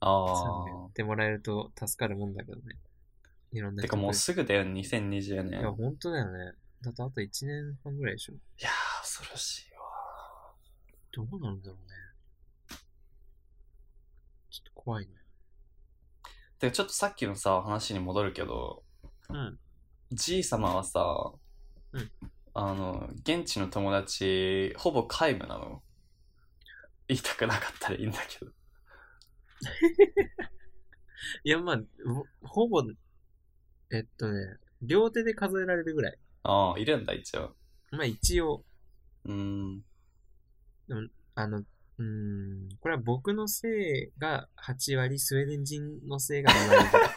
[SPEAKER 1] ああ
[SPEAKER 2] そういうのやってもらえると助かるもんだけどね。いろ
[SPEAKER 1] あ
[SPEAKER 2] んな
[SPEAKER 1] てかもうすぐだよ2020
[SPEAKER 2] い
[SPEAKER 1] 年い
[SPEAKER 2] や、
[SPEAKER 1] や
[SPEAKER 2] 本当だよね。だってあと1年半ぐらいでしょ。
[SPEAKER 1] ー恐ろしいわ
[SPEAKER 2] どうなるんだろうね。ちょっと怖いね。
[SPEAKER 1] てかちょっとさっきのさ話に戻るけど
[SPEAKER 2] うん。
[SPEAKER 1] じい様はさ、
[SPEAKER 2] うん
[SPEAKER 1] あの現地の友達ほぼ皆無なの言いたくなかったらいいんだけど
[SPEAKER 2] いや、まあ、ほほぼ、えっとね、両手で数えられるぐらい。
[SPEAKER 1] ああいるんだ一応
[SPEAKER 2] まあ一応、
[SPEAKER 1] うーん
[SPEAKER 2] あの、うーん、これは僕のせいが8割、スウェーデン人のせいが7割ぐらい。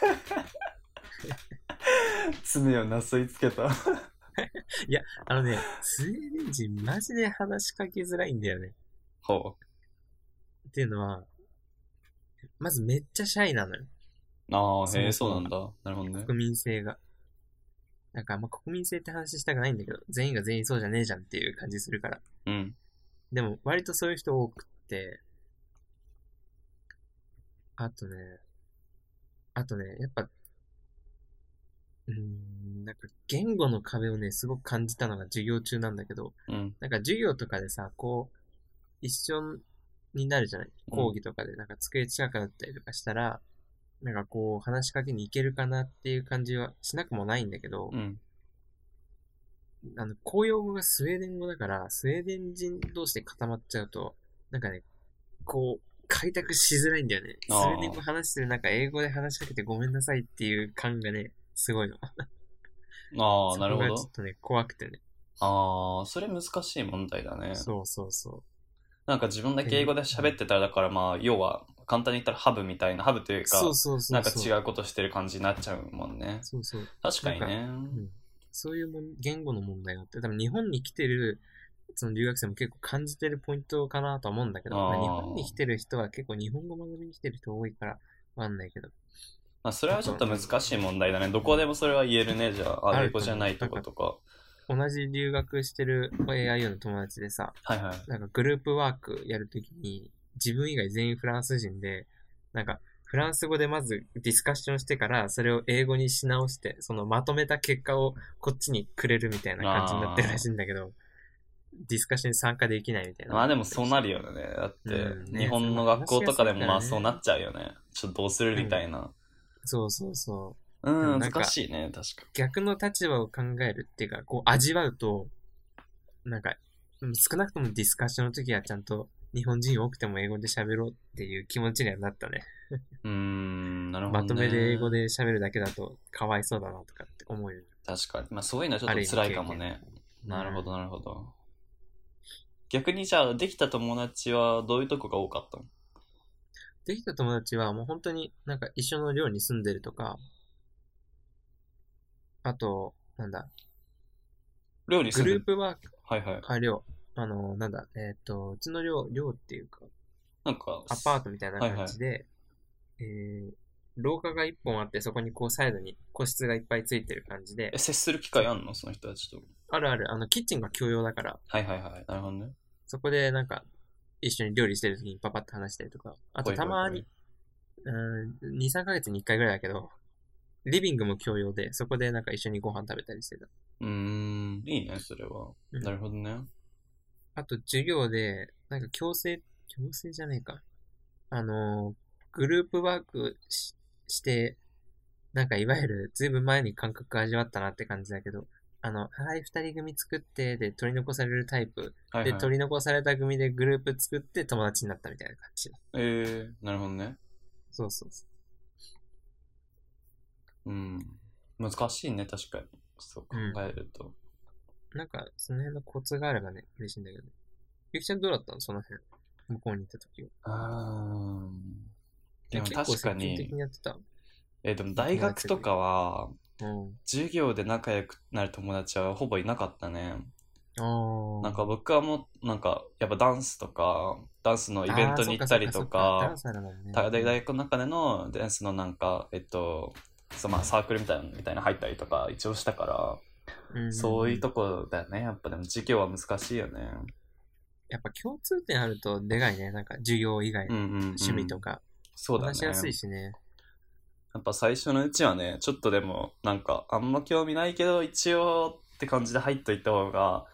[SPEAKER 1] 罪をなすりつけた
[SPEAKER 2] あのね、スウェーデン人マジで話しかけづらいんだよね。
[SPEAKER 1] ほ
[SPEAKER 2] っていうのは、まずめっちゃシャイなのよ。
[SPEAKER 1] うああ
[SPEAKER 2] そ
[SPEAKER 1] へえ
[SPEAKER 2] も
[SPEAKER 1] そ
[SPEAKER 2] そうも
[SPEAKER 1] なんだなるほどね
[SPEAKER 2] 国民性が。なんかあんま国民性って話したくないんだけど、全員が全員そうじゃねえじゃんっていう感じするから。
[SPEAKER 1] うん
[SPEAKER 2] でも、割とそういう人多くって、あとね、あとね、やっぱ、うーん、なんか言語の壁をね、すごく感じたのが授業中なんだけど、
[SPEAKER 1] うん
[SPEAKER 2] なんか授業とかでさ、こう、一緒になるじゃない講義とかで、なんか机近くだったりとかしたら、なんかこう、話しかけに行けるかなっていう感じはしなくもないんだけど、
[SPEAKER 1] うん
[SPEAKER 2] あの、公用語がスウェーデン語だから、スウェーデン人同士で固まっちゃうと、なんかね、こう、開拓しづらいんだよね。スウ
[SPEAKER 1] あー
[SPEAKER 2] ェーデン語話してる中、英語で話しかけてごめんなさいっていう感がね、すごいの。
[SPEAKER 1] ああなるほど
[SPEAKER 2] そこがちょっとね、怖くてね。
[SPEAKER 1] ああそれ難しい問題だね
[SPEAKER 2] そうそうそ
[SPEAKER 1] なんか自分だけ英語で喋ってたらだからまあ要は簡単に言ったらハブみたいなハブという
[SPEAKER 2] う。
[SPEAKER 1] か
[SPEAKER 2] そうそうそう。
[SPEAKER 1] なんか違うことしてる感じになっちゃうもんね
[SPEAKER 2] そうそう。
[SPEAKER 1] 確かにね
[SPEAKER 2] うんそういうもん言語の問題があって、多分日本に来てる、その留学生も結構感じてるポイントかなとは思うんだけど、
[SPEAKER 1] あー
[SPEAKER 2] まあ日本に来てる人は結構日本語学びに来てる人多いから、わかんないけど。
[SPEAKER 1] まあ、それはちょっと難しい問題だね。どこでもそれは言えるね、じゃあ。あ
[SPEAKER 2] あ
[SPEAKER 1] 英
[SPEAKER 2] る
[SPEAKER 1] 語じゃないとことか。
[SPEAKER 2] 同じ留学してる AIU の友達でさ、
[SPEAKER 1] はいはい。
[SPEAKER 2] なんかグループワークやるときに、自分以外全員フランス人で、なんか、フランス語でまずディスカッションしてから、それを英語にし直して、そのまとめた結果をこっちにくれるみたいな感じになってるらしいんだけど、ディスカッションに参加できないみたいな。
[SPEAKER 1] まあでもそうなるよね。だって、
[SPEAKER 2] うんね
[SPEAKER 1] 日本の学校とかでもまあ
[SPEAKER 2] 話しやすいからね
[SPEAKER 1] そうなっちゃうよね。ちょっとどうするみたいな。
[SPEAKER 2] そうそうそう。
[SPEAKER 1] うん、
[SPEAKER 2] うんなんか
[SPEAKER 1] 難しいね、確か。
[SPEAKER 2] 逆の立場を考えるっていうか、こう味わうと、なんか、うん少なくともディスカッションの時はちゃんと日本人多くても英語で喋ろうっていう気持ちにはなったね。
[SPEAKER 1] うーん、なるほど、
[SPEAKER 2] ま
[SPEAKER 1] ね。
[SPEAKER 2] とめで英語。で喋るだけだとかわいそうだなとかって思うよね。
[SPEAKER 1] 確かに。まあそういうのはちょっと辛いかもね。なるほど、なるほど。逆にじゃあ、できた友達はどういうとこが多かったの
[SPEAKER 2] できた友達はもう本当になんか一緒の寮に住んでるとか、あと、なんだ、
[SPEAKER 1] 料理す
[SPEAKER 2] グ
[SPEAKER 1] る
[SPEAKER 2] ループワーク、
[SPEAKER 1] はいはい。
[SPEAKER 2] あ、寮、あの、なんだ、えっ、と、うちの寮、寮っていうか、
[SPEAKER 1] なんか、
[SPEAKER 2] アパートみたいな感じで、えー廊下が一本あって、そこにこうサイドに個室がいっぱいついてる感じで
[SPEAKER 1] え、接する機会あんのその人たちと。
[SPEAKER 2] あるある、あの、キッチンが共用だから、
[SPEAKER 1] はいはいはい。なるほどね。
[SPEAKER 2] そこでなんか、一緒に料理してる時にパパッと話したりとか、あと
[SPEAKER 1] ほいほ
[SPEAKER 2] た
[SPEAKER 1] いほい
[SPEAKER 2] まに、うん、2、3ヶ月に1回ぐらいだけど、リビングも共用で、そこでなんか一緒にご飯食べたりしてた。
[SPEAKER 1] うーん、いいね、それは。
[SPEAKER 2] うん
[SPEAKER 1] なるほどね。
[SPEAKER 2] あと授業で、なんか強制、強制じゃねえか。あのー、グループワークしして、なんかいわゆるずいぶん前に感覚味わったなって感じだけど、あの、はい、二人組作って、で取り残されるタイプ、
[SPEAKER 1] はい、はい。
[SPEAKER 2] で取り残された組でグループ作って友達になったみたいな感じ。
[SPEAKER 1] えー、なるほどね。
[SPEAKER 2] そうそうそう。
[SPEAKER 1] うん。難しいね、確かに。そう考えると。
[SPEAKER 2] なんか、その辺のコツがあればね、嬉しいんだけどね。ゆきちゃんどうだったのその辺。向こうに行った時は。
[SPEAKER 1] うーん。でも
[SPEAKER 2] 結
[SPEAKER 1] 確
[SPEAKER 2] 構
[SPEAKER 1] か
[SPEAKER 2] 積極的
[SPEAKER 1] に
[SPEAKER 2] に、やってた。
[SPEAKER 1] えーでも大学とかは、
[SPEAKER 2] うん。
[SPEAKER 1] 授業で仲良くなる友達はほぼいなかったね。
[SPEAKER 2] ああ。
[SPEAKER 1] なんか僕はもう、なんか、やっぱダンスとか、ダンスのイベントに行ったりと
[SPEAKER 2] あ
[SPEAKER 1] か
[SPEAKER 2] ー、そっそっそっダンサーだもんね。
[SPEAKER 1] 大大学の中でのダンスのなんか、えっと、そうまあサークルみたいなみたいなの入ったりとか一応したから、
[SPEAKER 2] うん
[SPEAKER 1] そういうとこだよねやっぱでも授業は難しいよね
[SPEAKER 2] やっぱ共通点あるとでかいね。なんか授業以外、
[SPEAKER 1] うんうん、うん、
[SPEAKER 2] 趣味とか。
[SPEAKER 1] そうだね
[SPEAKER 2] 話しやすいしね。
[SPEAKER 1] やっぱ最初のうちはねちょっとでもなんかあんま興味ないけど一応って感じで入っといた方が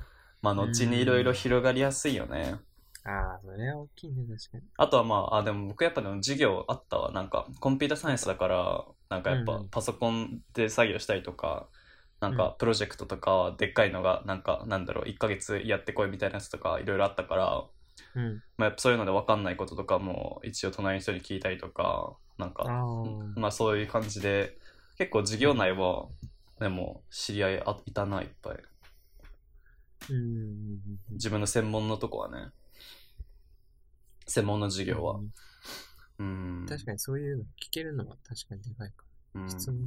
[SPEAKER 1] まあ後にいろいろ広がりやすいよね、
[SPEAKER 2] ああ、それは大きいね、確かに。
[SPEAKER 1] あとはまあ、あ、でも僕やっぱでも授業あったわ。なんか、コンピュータサイエンスだから、なんかやっ
[SPEAKER 2] うん
[SPEAKER 1] ぱ
[SPEAKER 2] うん
[SPEAKER 1] パソコンで作業したりとか、なんかプロジェクトとか、でっかいのが、なんか、なんだろう、1ヶ月やってこいみたいなやつとか、いろいろあったから、
[SPEAKER 2] うん。
[SPEAKER 1] まあやっぱそういうので分かんないこととかも、一応隣の人に聞いたりとか、なん
[SPEAKER 2] あ
[SPEAKER 1] か、
[SPEAKER 2] あ。
[SPEAKER 1] まあそういう感じで、結構授業内は、でも、知り合いあいたな、いっぱい。
[SPEAKER 2] うんうんうんうん。
[SPEAKER 1] 自分の専門のとこはね。専門の授業は
[SPEAKER 2] う。ん。
[SPEAKER 1] うん。
[SPEAKER 2] 確かにそういうの聞けるのは確かにでかいか。
[SPEAKER 1] うん
[SPEAKER 2] 質問。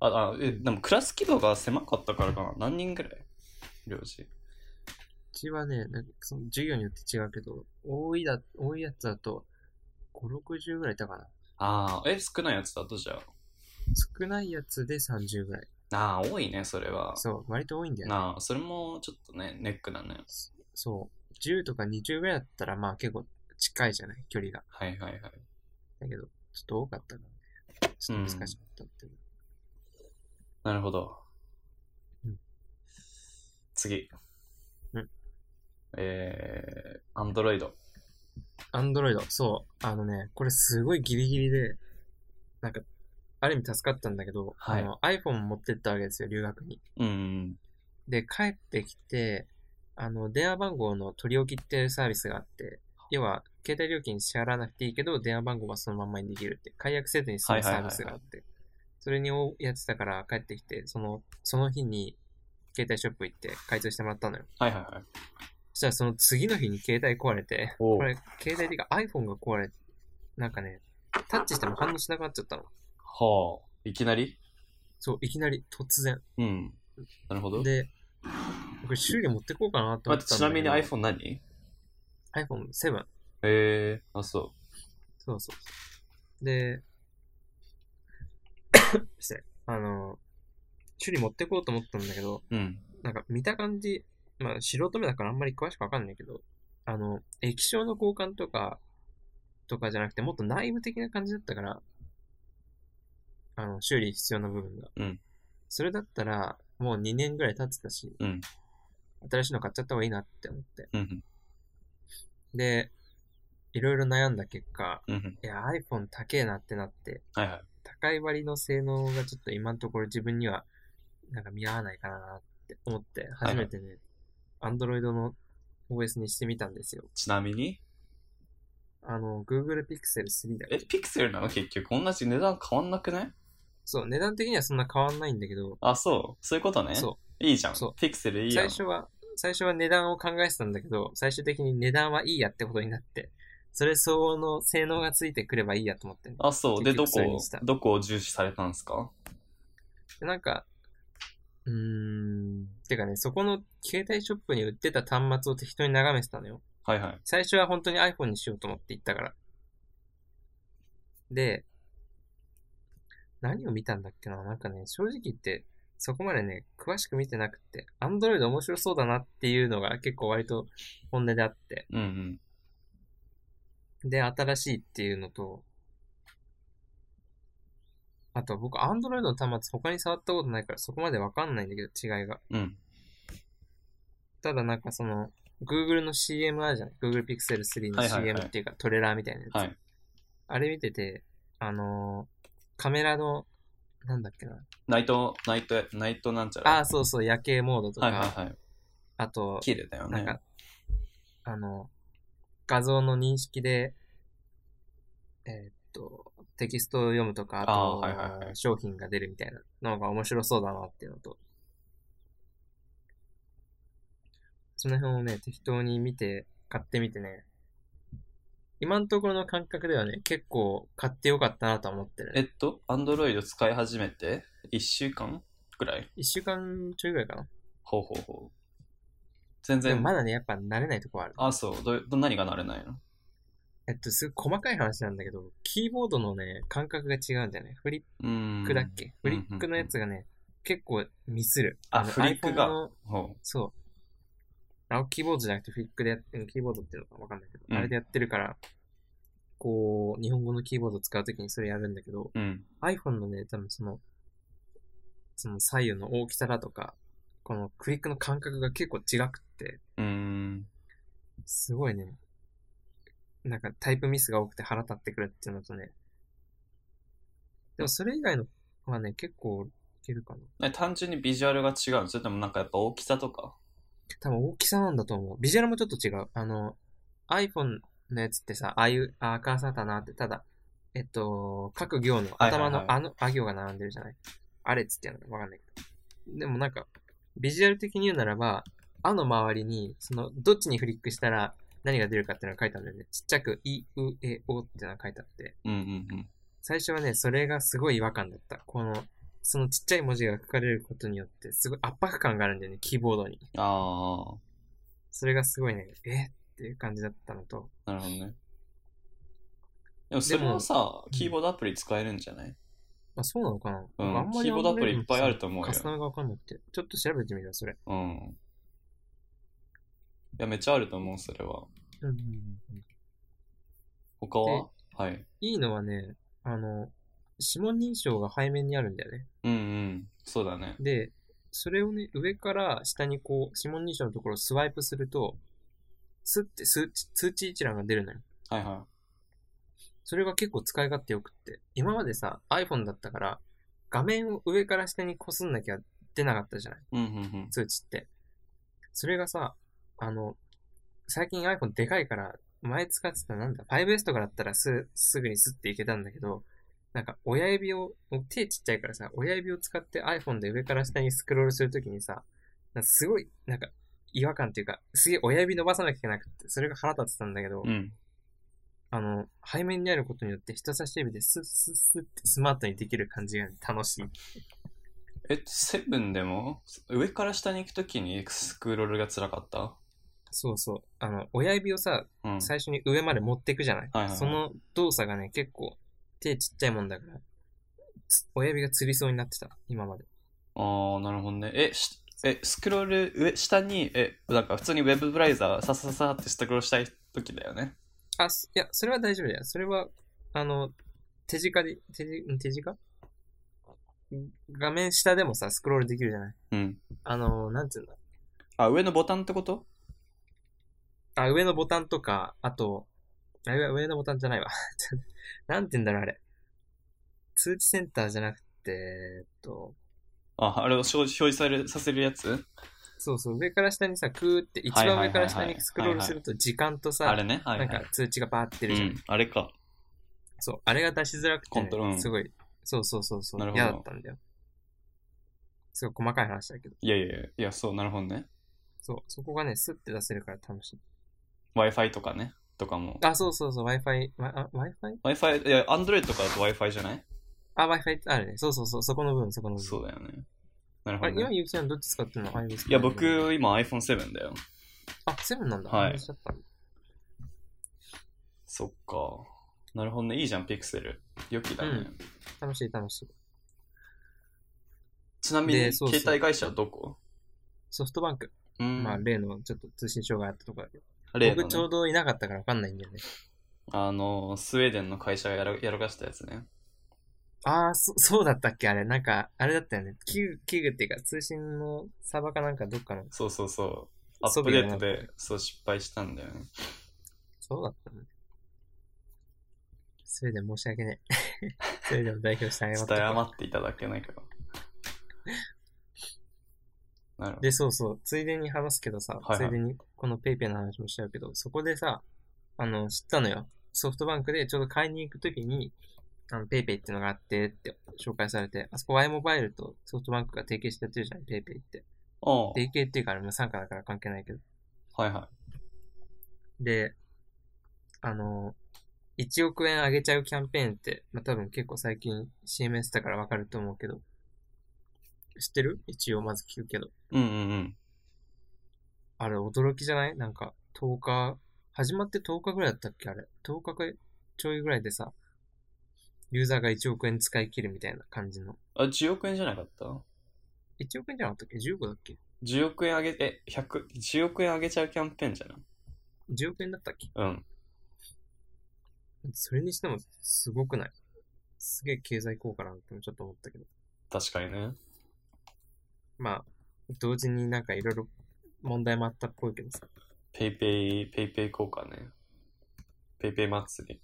[SPEAKER 1] あ、あ、え、でもクラス規模が狭かったからかな。何人ぐらい領事。
[SPEAKER 2] うちはね、なんかその授業によって違うけど、多いだ、多いやつだと、5、60ぐらいいたかな。
[SPEAKER 1] ああ、え、少ないやつだとじゃ
[SPEAKER 2] 少ないやつで30ぐらい。
[SPEAKER 1] あ。ああ、多いね、それは。
[SPEAKER 2] そう、割と多いんだよね。
[SPEAKER 1] なあ、それもちょっとね、ネックだね。
[SPEAKER 2] そう。10とか20ぐらいだったら、まあ結構近いじゃない、距離が。
[SPEAKER 1] はいはいはい。
[SPEAKER 2] だけど、ちょっと多かったからね。ちょっと難しかったっていう。
[SPEAKER 1] なるほど
[SPEAKER 2] うん。
[SPEAKER 1] 次。
[SPEAKER 2] うん
[SPEAKER 1] えー、アンドロイド。
[SPEAKER 2] アンドロイド、そう。あのね、これすごいギリギリで、なんか、ある意味助かったんだけど、
[SPEAKER 1] はい
[SPEAKER 2] あの iPhone 持ってったわけですよ、留学に。
[SPEAKER 1] うん。
[SPEAKER 2] で、帰ってきて、あの、電話番号の取り置きっていうサービスがあって、要は、携帯料金支払わなくていいけど、電話番号はそのまんまにできるって、解約せずに済むサービスがあって、それにおやってたから帰ってきて、その、その日に、携帯ショップ行って開通してもらったのよ。
[SPEAKER 1] はいはいはい。
[SPEAKER 2] そしたらその次の日に携帯壊れて、
[SPEAKER 1] おう
[SPEAKER 2] これ、携帯っていうか iPhone が壊れて、なんかね、タッチしても反応しなくなっちゃったの。
[SPEAKER 1] はあ。いきなり
[SPEAKER 2] そう、いきなり突然。
[SPEAKER 1] うん。なるほど。
[SPEAKER 2] で、僕修理持ってこうかなと思
[SPEAKER 1] 待っ
[SPEAKER 2] っ
[SPEAKER 1] て
[SPEAKER 2] たん
[SPEAKER 1] ち
[SPEAKER 2] だ
[SPEAKER 1] な
[SPEAKER 2] け
[SPEAKER 1] み
[SPEAKER 2] ど。
[SPEAKER 1] に iPhone 何
[SPEAKER 2] iPhone7。
[SPEAKER 1] えー、あ、そ
[SPEAKER 2] そうそう。で、 失礼。あの、修理持ってこうと思ったんだけど、
[SPEAKER 1] う。うん。
[SPEAKER 2] なんか見た感じ、まあ素人目だからあんまり詳しくわかんないけど、あの、液晶の交換とか、とかじゃなくて、もっと内部的な感じだったから、あの、修理必要な部分が。
[SPEAKER 1] うん
[SPEAKER 2] それだったら、もう2年ぐらい経ってたし、
[SPEAKER 1] うん
[SPEAKER 2] 新しいの買っちゃった方がいいなって思って。
[SPEAKER 1] うん
[SPEAKER 2] で、いろいろ悩んだ結果、
[SPEAKER 1] うんうん
[SPEAKER 2] いや、iPhone 高えなってなって、
[SPEAKER 1] はいはい
[SPEAKER 2] 高い割りの性能がちょっと今のところ自分にはなんか見合わないかなって思って、
[SPEAKER 1] はい
[SPEAKER 2] 初めてね、Android の OS にしてみたんですよ。
[SPEAKER 1] ちなみに
[SPEAKER 2] あの、Google Pixel 3だっ
[SPEAKER 1] え
[SPEAKER 2] け
[SPEAKER 1] ピクセルなの結局同じ値段変わんなくね
[SPEAKER 2] そう、値段的にはそんな変わんないんだけど、
[SPEAKER 1] あそうそういうことね
[SPEAKER 2] そ
[SPEAKER 1] いいじゃん
[SPEAKER 2] そう、
[SPEAKER 1] ピクセルいういやん
[SPEAKER 2] 最初は、最初は値段を考えてたんだけど、最終的に値段はいいやってことになって、それ相応の性能がついてくればいいやと思ってね、
[SPEAKER 1] あそうでど
[SPEAKER 2] 結局それ
[SPEAKER 1] こ
[SPEAKER 2] にした
[SPEAKER 1] どこを重視されたんですか
[SPEAKER 2] でなんか、うーん、てかね、そこの携帯ショップに売ってた端末を適当に眺めてたのよ。
[SPEAKER 1] はいはい
[SPEAKER 2] 最初は本当に iPhone にしようと思って行ったから。で、何を見たんだっけななんかね、正直言って、そこまでね、詳しく見てなくて、Android 面白そうだなっていうのが結構割と本音であって、
[SPEAKER 1] うんうん
[SPEAKER 2] で、新しいっていうのと、あと僕、Android の端末他に触ったことないからそこまでわかんないんだけど、違いが。
[SPEAKER 1] うん
[SPEAKER 2] ただなんかその、Google の CM あるじゃない ?Google Pixel 3の
[SPEAKER 1] はいはいはい
[SPEAKER 2] CM っていうか、トレーラーみたいなやつ。
[SPEAKER 1] はい
[SPEAKER 2] あれ見てて、あのーカメラの、なんだっけな。
[SPEAKER 1] ナイトナイトナイトなんちゃら
[SPEAKER 2] ああ、そうそう、夜景モードとか、
[SPEAKER 1] はいはいはい
[SPEAKER 2] あと、
[SPEAKER 1] 綺麗だよ
[SPEAKER 2] な
[SPEAKER 1] ね
[SPEAKER 2] んか、あの、画像の認識で、えーっと、テキストを読むとか、あと、
[SPEAKER 1] あーはいはいはい
[SPEAKER 2] 商品が出るみたいなのが面白そうだなっていうのと、その辺をね、適当に見て、買ってみてね、今のところの感覚ではね、結構買ってよかったなとは思ってる、
[SPEAKER 1] え
[SPEAKER 2] ね。
[SPEAKER 1] っとアンドロイド使い始めて1週間くらい
[SPEAKER 2] 一週間ちょいぐらいかな。
[SPEAKER 1] ほうほうほう全
[SPEAKER 2] でも
[SPEAKER 1] 然
[SPEAKER 2] まだね、やっぱ慣れないとこはある。
[SPEAKER 1] あそうどど何が慣れないの
[SPEAKER 2] えっと、すごい細かい話なんだけど、キーボードのね、感覚が違うんだよね。フリ
[SPEAKER 1] うー
[SPEAKER 2] ッ
[SPEAKER 1] ん
[SPEAKER 2] クだっけ、
[SPEAKER 1] うん
[SPEAKER 2] フリックのやつがね、結構ミスる。
[SPEAKER 1] あ
[SPEAKER 2] の
[SPEAKER 1] フリックが
[SPEAKER 2] iPhone の
[SPEAKER 1] ほ
[SPEAKER 2] そう。あ、キーボードじゃなくてフリックでやってる、キーボードっていうのかわかんないけど、
[SPEAKER 1] うん
[SPEAKER 2] あれでやってるから、こう、日本語のキーボード使うときにそれやるんだけど、
[SPEAKER 1] ううん
[SPEAKER 2] iPhone のね、多分その、その左右の大きさだとか、このクリックの感覚が結構違くって、
[SPEAKER 1] うーん
[SPEAKER 2] すごいね、なんかタイプミスが多くて腹立ってくるっていうのとね、でもそれ以外のはね、結構いけるかな。
[SPEAKER 1] ね単純にビジュアルが違うそれともなんかやっぱ大きさとか
[SPEAKER 2] 多分大きさなんだと思う。ビジュアルもちょっと違う。あの、iPhone のやつってさ、ああいう、ああ、かさだなって、ただ、えっと、各行の
[SPEAKER 1] はいはいは
[SPEAKER 2] 頭
[SPEAKER 1] い
[SPEAKER 2] のあの、あ行が並んでるじゃない。あれっつってやるのかわかんないけど。でもなんか、ビジュアル的に言うならば、あの周りに、その、どっちにフリックしたら何が出るかっていうのが書いてあるんだよね。ちっちゃく、い、う、え、おっていうのが書いてあって。
[SPEAKER 1] うんうんうん
[SPEAKER 2] 最初はね、それがすごい違和感だった。この、そのちっちゃい文字が書かれることによって、すごい圧迫感があるんだよね、キーボードに。
[SPEAKER 1] ああ
[SPEAKER 2] それがすごいね、えっていう感じだったのと、
[SPEAKER 1] なるほどね。でもそれはさ、キーボードアプリ使えるんじゃない、
[SPEAKER 2] まあそうなのかな、
[SPEAKER 1] うん、
[SPEAKER 2] あんまり
[SPEAKER 1] キーボードアプリいっぱいあると思う
[SPEAKER 2] カスタ
[SPEAKER 1] よ。
[SPEAKER 2] ムがわかんなくて。ちょっと調べてみるわ、それ。
[SPEAKER 1] うん。いや、めっちゃあると思う、それは。他ははい。
[SPEAKER 2] いいのはね、あの、指紋認証が背面にあるんだよね。
[SPEAKER 1] うんうん。そうだね。
[SPEAKER 2] で、それをね、上から下にこう、指紋認証のところをスワイプすると、スッて数値通知一覧が出るのよ。
[SPEAKER 1] はいは
[SPEAKER 2] それが結構使い勝手よくって。今までさ、iPhone だったから、画面を上から下にこすんなきゃ出なかったじゃない
[SPEAKER 1] い。うんうんうん。
[SPEAKER 2] 通知って。それがさ、あの、最近 iPhone でかいから、前使ってたなんだ、5S とかだったらす、すぐにスッていけたんだけど、なんか親指を、僕手ちっちゃいからさ、親指を使って iPhone で上から下にスクロールするときにさ、なんかすごい、なんか、違和感っていうか、すげえ親指伸ばさなきゃいけなくて、それが腹立ってたんだけど、
[SPEAKER 1] うん。
[SPEAKER 2] あの、背面にあることによって人差し指でスッスッスッってスマートにできる感じが楽しい。
[SPEAKER 1] え、セブンでも上から下に行くときにスクロールが辛かった
[SPEAKER 2] そうそう。あの、親指をさ、
[SPEAKER 1] うん。
[SPEAKER 2] 最初に上まで持っていくじゃない,、
[SPEAKER 1] はいはいはい
[SPEAKER 2] その動作がね、結構、手ちっちゃいもんだから、つ親指がつりそうになってた、今まで。
[SPEAKER 1] ああ、なるほどね。え、しえ、スクロール上、下に、え、なんか普通にウェブブラウザー、ささささってスクロールしたい時だよね。
[SPEAKER 2] あ、すいや、それは大丈夫だよ。それは、あの、手近で、手近、ん手近画面下でもさ、スクロールできるじゃない
[SPEAKER 1] うん。
[SPEAKER 2] あの、なんていうんだ。
[SPEAKER 1] あ、上のボタンってこと
[SPEAKER 2] あ、上のボタンとか、あと、あ上上のボタンじゃないわ。 なんていうんだろう、あれ。通知センターじゃなくて、えっと、
[SPEAKER 1] あ、あれを表表示されさせるやつ
[SPEAKER 2] そうそう、上から下にさ、クーって、一
[SPEAKER 1] はい
[SPEAKER 2] 番
[SPEAKER 1] はいはいはい
[SPEAKER 2] 上から下にスクロールすると時間とさ、
[SPEAKER 1] あれね。はい、は。
[SPEAKER 2] ないんか通知がバーって
[SPEAKER 1] う
[SPEAKER 2] 出るじゃん。
[SPEAKER 1] ん、あれか。
[SPEAKER 2] そう、あれが出しづらくて、
[SPEAKER 1] コントロール
[SPEAKER 2] すごい、そうそうそうそ
[SPEAKER 1] な
[SPEAKER 2] う
[SPEAKER 1] る、ほど
[SPEAKER 2] 嫌だったんだよ。すごい細かい話だけど、
[SPEAKER 1] いやいやいや、いや、そう、なるほどね。
[SPEAKER 2] そう、そこがね、スッて出せるから楽しい。
[SPEAKER 1] Wi-Fi とかね、とかも。
[SPEAKER 2] あ、そうそうそう、Wi-Fi、わあ Wi-Fi?
[SPEAKER 1] Wi-Fi、いや、Android とかだと Wi-Fi じゃない
[SPEAKER 2] あ、Wi-Fi ってあるね。そうそうそう、そこの部分、そこの部分。
[SPEAKER 1] そうだよね。なる
[SPEAKER 2] あ
[SPEAKER 1] ほ
[SPEAKER 2] れ、
[SPEAKER 1] ど、
[SPEAKER 2] 今
[SPEAKER 1] ね。
[SPEAKER 2] ゆきちゃんどっち使ってんのあれですか
[SPEAKER 1] いや、僕、今 iPhone7 だよ。
[SPEAKER 2] あ、セブンなんだ。
[SPEAKER 1] はい
[SPEAKER 2] あれしちゃった
[SPEAKER 1] そっか。なるほどね。いいじゃん、ピクセル。良きだね。
[SPEAKER 2] うん楽しい楽しい。
[SPEAKER 1] ちなみ
[SPEAKER 2] で
[SPEAKER 1] に、
[SPEAKER 2] そうそう
[SPEAKER 1] 携帯会社はどこ
[SPEAKER 2] ソフトバンク。
[SPEAKER 1] うーん。
[SPEAKER 2] まあ、例のちょっと通信障害あったとこだけど。
[SPEAKER 1] 例の
[SPEAKER 2] 僕
[SPEAKER 1] ね
[SPEAKER 2] ちょうどいなかったからわかんないんだよね。
[SPEAKER 1] あの、スウェーデンの会社がやらやらかしたやつね。
[SPEAKER 2] ああ、そ、 そうだったっけあれ、なんか、あれだったよね。器具、器具っていうか、通信のサーバーかなんかどっかの。
[SPEAKER 1] そうそうそう。ア
[SPEAKER 2] そ
[SPEAKER 1] ッ
[SPEAKER 2] うだ
[SPEAKER 1] プ
[SPEAKER 2] よ
[SPEAKER 1] デ
[SPEAKER 2] ね
[SPEAKER 1] ートで、そう、失敗したんだよね。
[SPEAKER 2] そうだったね。スウェーデン申し訳ねえ。 スウェーデンを代表して謝
[SPEAKER 1] 伝
[SPEAKER 2] っ
[SPEAKER 1] え
[SPEAKER 2] た。
[SPEAKER 1] 余っていただけ ないかなるほど。
[SPEAKER 2] で、そうそう。ついでに話すけどさ、
[SPEAKER 1] はいはい
[SPEAKER 2] ついでにこの PayPay ペイペイの話もしちゃうけど、そこでさ、あの、知ったのよ。ソフトバンクでちょうど買いに行くときに、あの、PayPay ペイペイっていうのがあってって紹介されて、あそこ Y モバイルとソフトバンクが提携してやってるじゃん、PayPay ペイペイって。
[SPEAKER 1] おう
[SPEAKER 2] 提携っていうか、あれ無参加だから関係ないけど。
[SPEAKER 1] はいは
[SPEAKER 2] で、あの、1億円あげちゃうキャンペーンって、まあ、多分結構最近 CM やってたからわかると思うけど、知ってる一応まず聞くけど。
[SPEAKER 1] い。うんうんうん。
[SPEAKER 2] あれ驚きじゃないなんか10日、始まって10日ぐらいだったっけあれ。10日かちょいぐらいでさ、ユーザーが1億円使い切るみたいな感じの。
[SPEAKER 1] あ、10億円じゃなかった
[SPEAKER 2] 1億円じゃなかったっけ ?15 だっけ
[SPEAKER 1] ?10 億円あげ、え、100、10億円あげちゃうキャンペーンじゃない
[SPEAKER 2] ?10 億円だったっけ
[SPEAKER 1] うん。
[SPEAKER 2] それにしてもすごくないすげえ経済効果なんてちょっと思ったけど。
[SPEAKER 1] 確かにね。
[SPEAKER 2] まあ、同時になんかいろいろ問題もあったっぽいけどさ。
[SPEAKER 1] ペイペイ、ペイペイ効果ね。ペイペイ祭り。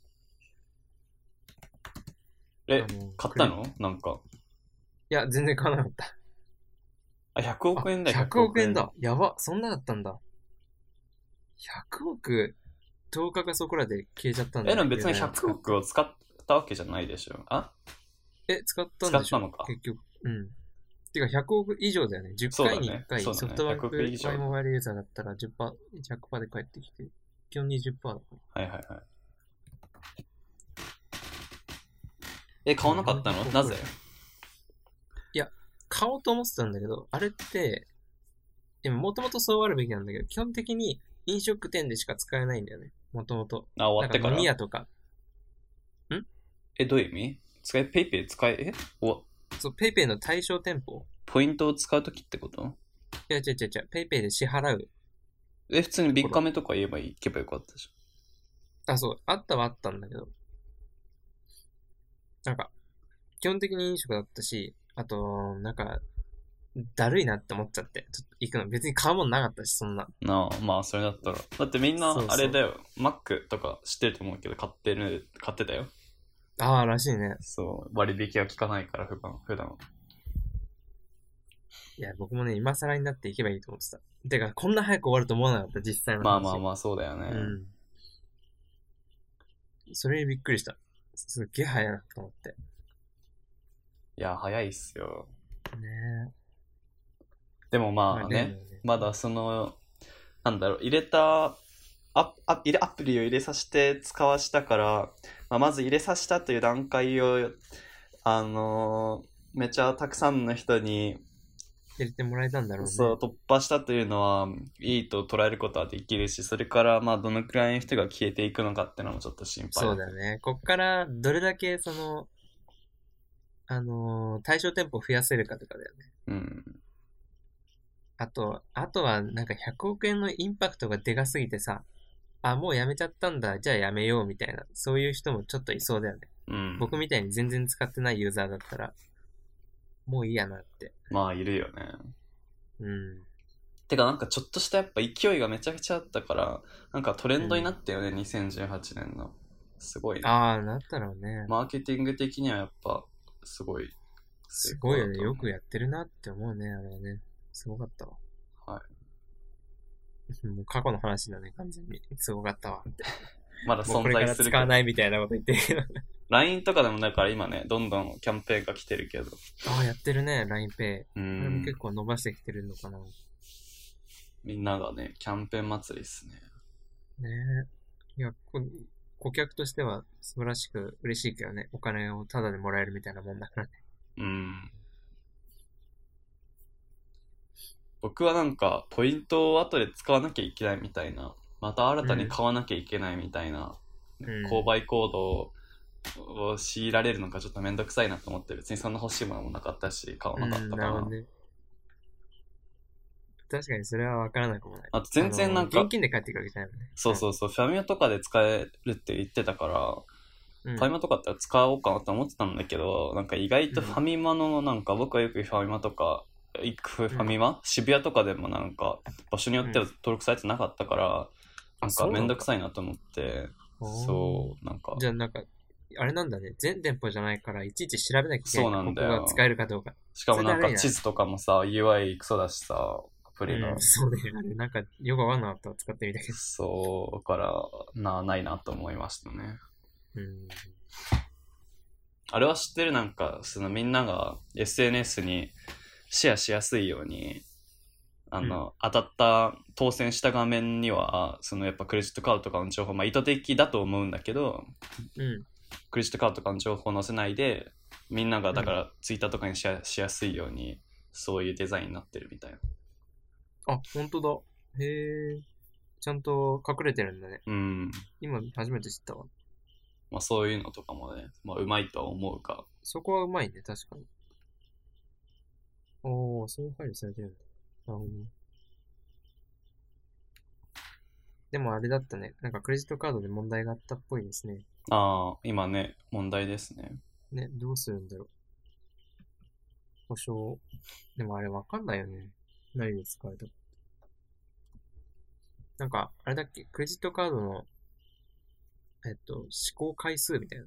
[SPEAKER 1] え、
[SPEAKER 2] あの
[SPEAKER 1] 買ったのなんか。
[SPEAKER 2] いや、全然買わなかった。
[SPEAKER 1] あ、100億円だよ。
[SPEAKER 2] あ100億円だ。。やば。そんなだったんだ。100億、10日かそこらで消えちゃったんだ
[SPEAKER 1] え、
[SPEAKER 2] ね。
[SPEAKER 1] でも別に
[SPEAKER 2] いや
[SPEAKER 1] 100億を使ったわけじゃないでしょ。あ
[SPEAKER 2] え、使ったん
[SPEAKER 1] 使
[SPEAKER 2] で
[SPEAKER 1] っ
[SPEAKER 2] しょ
[SPEAKER 1] たのか。
[SPEAKER 2] 結局。うん。てか100億以上だよね。10回に1回、
[SPEAKER 1] そうだねそうだね
[SPEAKER 2] ソフトバン
[SPEAKER 1] 100億
[SPEAKER 2] ク
[SPEAKER 1] 以上
[SPEAKER 2] ワイモバイルユーザーだったら10%、100%で返ってきて、基本20%だから。
[SPEAKER 1] はいはいはい。え、買わなかったの
[SPEAKER 2] うん
[SPEAKER 1] なぜ
[SPEAKER 2] 買おうと思ってたんだけど、あれって、今もともとそうあるべきなんだけど、基本的に飲食店でしか使えないんだよね。もともと。
[SPEAKER 1] あ、終
[SPEAKER 2] な
[SPEAKER 1] わ
[SPEAKER 2] ん
[SPEAKER 1] っ
[SPEAKER 2] か
[SPEAKER 1] てか
[SPEAKER 2] 飲み
[SPEAKER 1] ら。
[SPEAKER 2] 屋とか、
[SPEAKER 1] え、どういう意味使え、ペイペイ使え、えお
[SPEAKER 2] そう、ペイペイの対象店舗
[SPEAKER 1] ポイントを使うときってこと
[SPEAKER 2] いや違う違う違う、ペイペイで支払う。
[SPEAKER 1] え、普通にビッカメとか言えばいい、行けばよかったじ
[SPEAKER 2] あ、そう、あったはあったんだけど。なんか、基本的に飲食だったし、あと、なんか、だるいなって思っちゃって、ちょっと行くの。別に買うもんなかったし、そんな。
[SPEAKER 1] ゃん。なあ、まあ、それだったら。だってみんな
[SPEAKER 2] そう、そう
[SPEAKER 1] あれだよ、マックとか知ってると思うけど、買ってる、買ってたよ。
[SPEAKER 2] ああ、らしいね。
[SPEAKER 1] そう、割引は効かないから、普段、普段。
[SPEAKER 2] いや、僕もね、今更になって行けばいいと思ってた。てか、こんな早く終わると思わなかった、実際の
[SPEAKER 1] まあ
[SPEAKER 2] 話。
[SPEAKER 1] まあまあ、そうだよね。
[SPEAKER 2] うん。それにびっくりした。すっげえ早いなと思って。
[SPEAKER 1] いや、早いっすよ。
[SPEAKER 2] ねえ。
[SPEAKER 1] でもまあね、
[SPEAKER 2] 例のね
[SPEAKER 1] まだその、なんだろう、入れた、アア入れアプリを入れさせて使わしたから、まあ、まず入れさせたという段階を、あのーめちゃたくさんの人に、
[SPEAKER 2] 入れてもらえたんだろうね。
[SPEAKER 1] そう、突破したというのは、いいと捉えることはできるし、それから、まあ、どのくらいの人が消えていくのかっていうのもちょっと心配
[SPEAKER 2] そうだよね。こっから、どれだけ、その、あのー対象店舗を増やせるかとかだよね。
[SPEAKER 1] うん。
[SPEAKER 2] あと、あとはなんか100億円のインパクトがでかすぎてさ、あ、もうやめちゃったんだ、じゃあやめようみたいな、そういう人もちょっといそうだよね。
[SPEAKER 1] うん。
[SPEAKER 2] 僕みたいに全然使ってないユーザーだったら、もういいやなって。
[SPEAKER 1] まあ、いるよね。
[SPEAKER 2] うん。
[SPEAKER 1] てか、なんかちょっとしたやっぱ勢いがめちゃくちゃあったから、なんかトレンドになったよね、2018年の。すごいね。
[SPEAKER 2] ああ、なったろうね。
[SPEAKER 1] マーケティング的にはやっぱ、すごい。
[SPEAKER 2] すごいよ
[SPEAKER 1] 成功だ
[SPEAKER 2] ね。
[SPEAKER 1] と思
[SPEAKER 2] よ
[SPEAKER 1] う
[SPEAKER 2] くやってるなって思うね、あれはね。すごかったわ。。
[SPEAKER 1] はい
[SPEAKER 2] もう過去の話だね、完全に。すごかったわ。
[SPEAKER 1] まだ
[SPEAKER 2] もう
[SPEAKER 1] 存
[SPEAKER 2] これか
[SPEAKER 1] 在
[SPEAKER 2] ら
[SPEAKER 1] す
[SPEAKER 2] 使
[SPEAKER 1] る
[SPEAKER 2] わ
[SPEAKER 1] けど。
[SPEAKER 2] ないみたいなこと言ってるけ ど。
[SPEAKER 1] LINE とかでもだから今ね、どんどんキャンペーンが来てるけど。
[SPEAKER 2] ああ、やってるね、LINEPay。
[SPEAKER 1] う
[SPEAKER 2] これも
[SPEAKER 1] ん
[SPEAKER 2] 結。構伸ばしてきてるのかな。
[SPEAKER 1] みんながね、キャンペーン祭りっすね。
[SPEAKER 2] ねえ。いや、こ顧客としては素晴らしく嬉しいけどね。お金をタダでもらえるみたいなもんだからね。
[SPEAKER 1] うん。僕はなんか、ポイントを後で使わなきゃいけないみたいな、また新たに買わなきゃいけないみたいな、
[SPEAKER 2] うん
[SPEAKER 1] 購買行動を強いられるのがちょっとめんどくさいなと思って、別にそんな欲しいものもなかったし、買わなかったか
[SPEAKER 2] なる
[SPEAKER 1] ら
[SPEAKER 2] ほど。ね。確かにそれはわからなくもない。
[SPEAKER 1] あと全然なん
[SPEAKER 2] あ
[SPEAKER 1] か
[SPEAKER 2] の現、金で帰っていくわけじゃないもんね。
[SPEAKER 1] そうそうそう、ファミマとかで使えるって言ってたから、
[SPEAKER 2] うん。
[SPEAKER 1] ファミマとかだったら使おうかなと思ってたんだけど、なんか意外とファミマの、なんか僕はよくファミマとか、行くファミマ、渋谷とかでもなんか、場所によっては登録されてなかったから、なんか
[SPEAKER 2] そうな
[SPEAKER 1] め
[SPEAKER 2] んだ
[SPEAKER 1] んどくさいなと思って、そう、なんか
[SPEAKER 2] う、じゃあなんか、あれなんだね。全店舗じゃないから、いちいち調べなきゃいけない。
[SPEAKER 1] そうなんだよ
[SPEAKER 2] ここが使えるかどうか。
[SPEAKER 1] しかもなん
[SPEAKER 2] それだ
[SPEAKER 1] か
[SPEAKER 2] めだ
[SPEAKER 1] 地図とかもさ、UI クソだしさ、アプリの。
[SPEAKER 2] うん、そうね。あれなんか、よくわかんなかったら使ってみたけど。
[SPEAKER 1] そう、だから、な、ないなと思いましたね。
[SPEAKER 2] うん。
[SPEAKER 1] あれは知ってるなんか、そのみんなが SNS にシェアしやすいように、あの、当たった、当選した画面には、そのやっぱクレジットカードとかの情報、まあ意図的だと思うんだけど、
[SPEAKER 2] うん。
[SPEAKER 1] クレジットカードとかの情報を載せないで、みんながだからツイッターとかにシェアしやすいように、そういうデザインになってるみたいな。
[SPEAKER 2] あ、ほんとだ。へえ。ちゃんと隠れてるんだね。
[SPEAKER 1] うん。
[SPEAKER 2] 今、初めて知ったわ。
[SPEAKER 1] まあそういうのとかもね、まあうまいとは思うが、
[SPEAKER 2] そこはうまいね、確かに。おー、そういう配慮されてるんだ。なるほどね。でもあれだったね。なんかクレジットカードで問題があったっぽいですね。
[SPEAKER 1] ああ、今ね、問題ですね。
[SPEAKER 2] ね、どうするんだろう。保証。でもあれわかんないよね。何で使われたかなんか、あれだっけクレジットカードの、えっと、試行回数みたいな。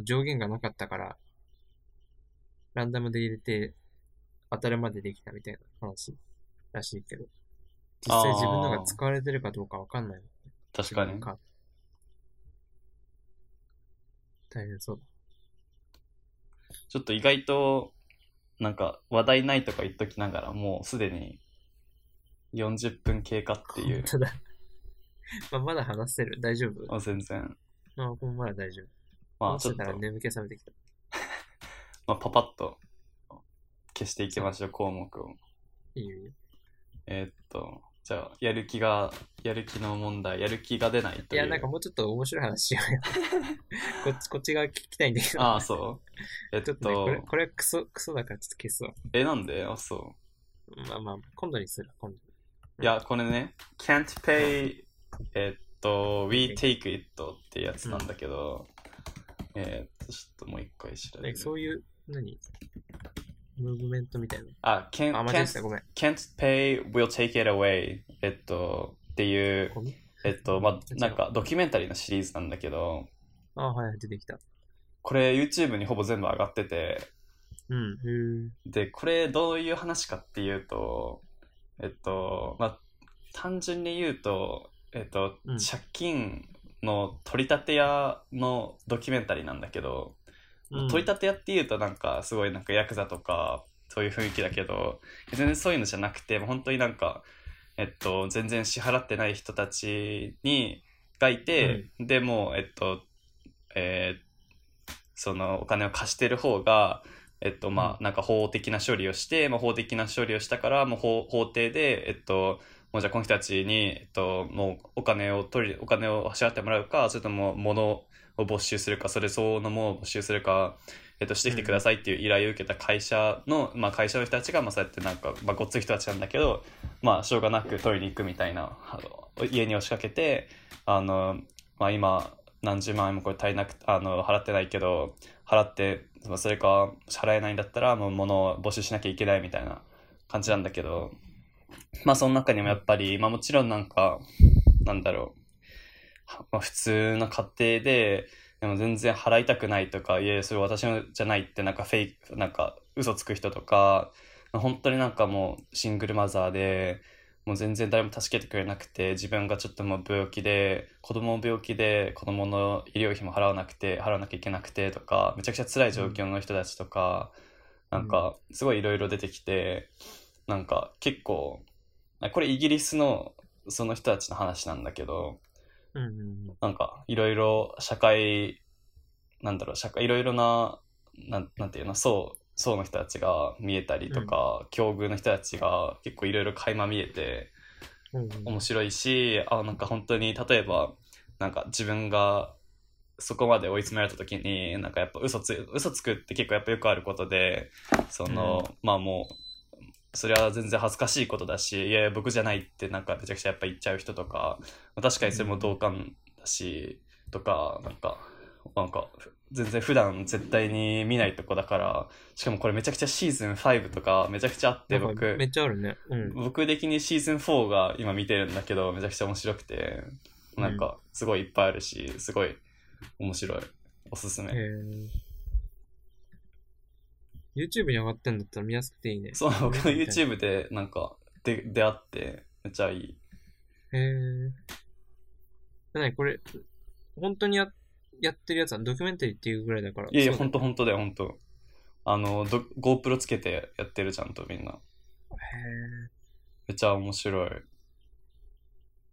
[SPEAKER 2] の上限がなかったから、ランダムで入れて、当たるまでできたみたいな話らしいけど。実際自分のが使われてるかどうかわかんない。
[SPEAKER 1] 確かに。
[SPEAKER 2] か大変そうだ。
[SPEAKER 1] ちょっと意外と、なんか話題ないとか言っときながら、もうすでに40分経過ってい
[SPEAKER 2] 本
[SPEAKER 1] う。
[SPEAKER 2] 当だ。 まあ、まだ話せる。大丈夫。
[SPEAKER 1] あ全然。
[SPEAKER 2] まあ、僕もまだ大丈夫。
[SPEAKER 1] まあ
[SPEAKER 2] 話
[SPEAKER 1] ちょ
[SPEAKER 2] し
[SPEAKER 1] って
[SPEAKER 2] た
[SPEAKER 1] と、
[SPEAKER 2] ら眠気覚めてきた。
[SPEAKER 1] まあ、パパッと消していきましょう、項目を。
[SPEAKER 2] いいよいいよ。
[SPEAKER 1] えーっと、じゃあ、やる気が、やる気の問題、やる気が出ない
[SPEAKER 2] い
[SPEAKER 1] という。
[SPEAKER 2] や、なんかもうちょっと面白い話しよ うよ。こっち、こっち側聞きたいんだけど。
[SPEAKER 1] ああ、そう。えっ
[SPEAKER 2] ち
[SPEAKER 1] と
[SPEAKER 2] ょっ、とね、これ、これはクソ、クソだからちょっと消すわ。
[SPEAKER 1] え、なんであ、そ
[SPEAKER 2] まあまあ、今度にするわ、今度。
[SPEAKER 1] う。いや、これね、can't pay, えっと、we take it ってやつなんだけど、えーっと、ちょっともう一回調べ
[SPEAKER 2] ね
[SPEAKER 1] る。
[SPEAKER 2] そういう、何ムーブメントみたい
[SPEAKER 1] あ、can,
[SPEAKER 2] な。あ、間違え
[SPEAKER 1] can't
[SPEAKER 2] てた、ごめん。
[SPEAKER 1] Can't pay, we'll take it away. えっと、っていう、
[SPEAKER 2] ごめん。
[SPEAKER 1] えっと、まあ、
[SPEAKER 2] 違う
[SPEAKER 1] なんかドキュメンタリーのシリーズなんだけど、
[SPEAKER 2] あ、はい、出てきた。
[SPEAKER 1] これ YouTube にほぼ全部上がってて、
[SPEAKER 2] うん。へ
[SPEAKER 1] で、これどういう話かっていうと、えっと、まあ、単純に言うと、えっと、
[SPEAKER 2] うん
[SPEAKER 1] 借金の取り立て屋のドキュメンタリーなんだけど、
[SPEAKER 2] うん
[SPEAKER 1] 取り立て屋っていうとなんかすごいなんかヤクザとかそういう雰囲気だけど全然そういうのじゃなくてもう本当になんか、えっと、全然支払ってない人たちにがいて、でもうえっと、えーそのお金を貸してる方が、えっとま
[SPEAKER 2] う
[SPEAKER 1] あ、なんか法的な処理をして、まあ、法的な処理をしたからもう法法廷で、えっと、もうじゃあこの人たちに、えっと、もうお金を取りお金を支払ってもらうかそれとも物を没収するかそれ相応のものを没収するかえっと、してきてくださいっていう依頼を受けた会社の、まあ、会社の人たちが、まあ、そうやってなんか、まあ、ごっつい人たちなんだけど、まあ、しょうがなく取りに行くみたいな、あの家に押しかけて、あの、まあ、今、何十万円もこれ足りなく、あの、払ってないけど、払って、まあそれか、支払えないんだったら、もう物を募集しなきゃいけないみたいな感じなんだけど、まあ、その中にもやっぱり、まあ、もちろんなんか、なんだろう、はまあ、普通の家庭で、でも全然払いたくないとか、いやいや、それ私のじゃないって、なんかフェイク、なんか嘘つく人とか、本当になんかもうシングルマザーで、もう全然誰も助けてくれなくて、自分がちょっともう病気で、子供も病気で、子供の医療費も払わなくて、払わなきゃいけなくてとか、めちゃくちゃ辛い状況の人たちとか、
[SPEAKER 2] うん
[SPEAKER 1] なんかすごいいろいろ出てきて、なんか結構、あこれイギリスのその人たちの話なんだけど、
[SPEAKER 2] うんうん
[SPEAKER 1] なんかいろいろ社会なんだろう社会いろいろななんなんていうの層層の人たちが見えたりとか、境遇の人たちが結構いろいろ垣間見えて
[SPEAKER 2] うんうんうん
[SPEAKER 1] 面白いしあなんか本当に例えばなんか自分がそこまで追い詰められた時になんかやっぱ嘘つ嘘つくって結構やっぱよくあることでその、まあもうそれは全然恥ずかしいことだしいやいや僕じゃないってなんかめちゃくちゃやっぱ言っちゃう人とか確かにそれも同感だし、とかなんかなんか全然普段絶対に見ないとこだからしかもこれめちゃくちゃシーズン5とかめちゃくちゃあって
[SPEAKER 2] なん
[SPEAKER 1] 僕
[SPEAKER 2] かめっちゃあるね。うん。
[SPEAKER 1] 僕的にシーズン4が今見てるんだけどめちゃくちゃ面白くてなんかすごいいっぱいあるしすごい面白いおすすめ、
[SPEAKER 2] へー YouTube に上がってんだったら見やすくていいね。
[SPEAKER 1] そう僕の YouTube でなんかで出会ってめっちゃいい
[SPEAKER 2] へえ。なにこれ、本当にややってるやつはドキュメンタリーっていうぐらいだから。
[SPEAKER 1] いやいや
[SPEAKER 2] そう
[SPEAKER 1] 本当
[SPEAKER 2] だよ
[SPEAKER 1] 本当だよ本当あのど GoPro つけてやってるちゃんとみんな
[SPEAKER 2] へえ。
[SPEAKER 1] めっちゃ面白い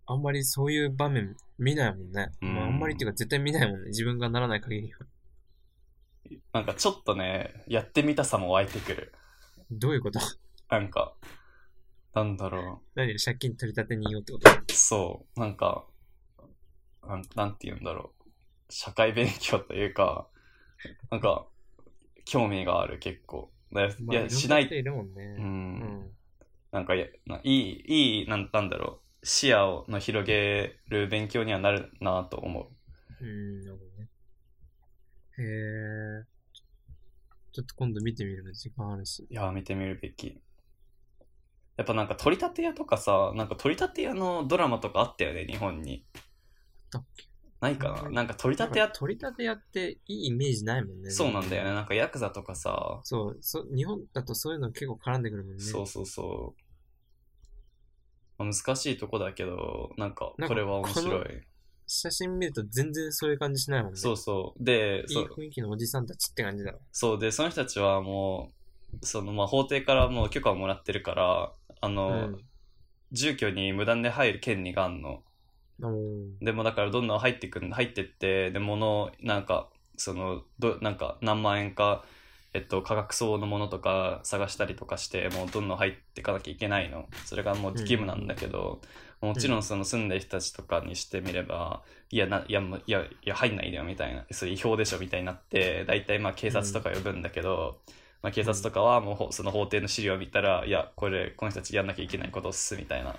[SPEAKER 2] あんまりそういう場面見ないもんね。
[SPEAKER 1] うん
[SPEAKER 2] まあ、あんまりっていうか絶対見ないもんね。自分がならない限りは。
[SPEAKER 1] なんかちょっとねやってみたさも湧いてくる
[SPEAKER 2] どういうこと
[SPEAKER 1] なんかなんだろう
[SPEAKER 2] 何借金取り立てに言おうってこと
[SPEAKER 1] そう、なんか、なんなんて言うんだろう。社会勉強というか、なんか、興味がある結構。だい
[SPEAKER 2] まあ
[SPEAKER 1] や、
[SPEAKER 2] ろん
[SPEAKER 1] しな
[SPEAKER 2] 人
[SPEAKER 1] い、
[SPEAKER 2] いるもん
[SPEAKER 1] う、
[SPEAKER 2] ね。うんん。
[SPEAKER 1] なんかやないい、いい、なんなんだろう。視野をの広げる勉強にはなるなと思う。
[SPEAKER 2] うん、なるほどね。へえ。ちょっと今度見てみるの時間あるし。
[SPEAKER 1] いやー、見てみるべき。やっぱなんか取り立て屋とかさ、なんか取り立て屋のドラマとかあったよね、日本に。
[SPEAKER 2] あったっけ
[SPEAKER 1] ないかななんか取り立て屋、
[SPEAKER 2] 取り立て屋っていいイメージないもんね。
[SPEAKER 1] そうなんだよね。。なんかヤクザとかさ、
[SPEAKER 2] そう、そ日本だとそういうの結構絡んでくるもんね。
[SPEAKER 1] そうそうそう。まあ難しいとこだけど、なんか
[SPEAKER 2] なんか
[SPEAKER 1] これは面
[SPEAKER 2] こ
[SPEAKER 1] 白
[SPEAKER 2] の
[SPEAKER 1] い。
[SPEAKER 2] 写真見ると全然そういう感じしないもんね。
[SPEAKER 1] そうそう。で、
[SPEAKER 2] い
[SPEAKER 1] そ
[SPEAKER 2] い雰囲気のおじさんたちって感じだろ。
[SPEAKER 1] そうで、その人たちはもう、そのまあ法廷からもう許可をもらってるから、あ
[SPEAKER 2] う
[SPEAKER 1] の、
[SPEAKER 2] ん。
[SPEAKER 1] 住居に無断で入る権利があんの。
[SPEAKER 2] おー
[SPEAKER 1] でもだからどんどん入ってくん入ってってで物をなんかそのどなんか何万円か、えっと、価格相応のものとか探したりとかしてもうどんどん入っていかなきゃいけないのそれがもう義務なんだけど、もちろんその住んでる人たちとかにしてみれば、いやないやもういやいや入んないでよみたいなそれ違法でしょみたいになって大体まあ警察とか呼ぶんだけど、まあ、警察とかはもうほその法廷の資料を見たらいやこれこの人たちやんなきゃいけないことをすみたいな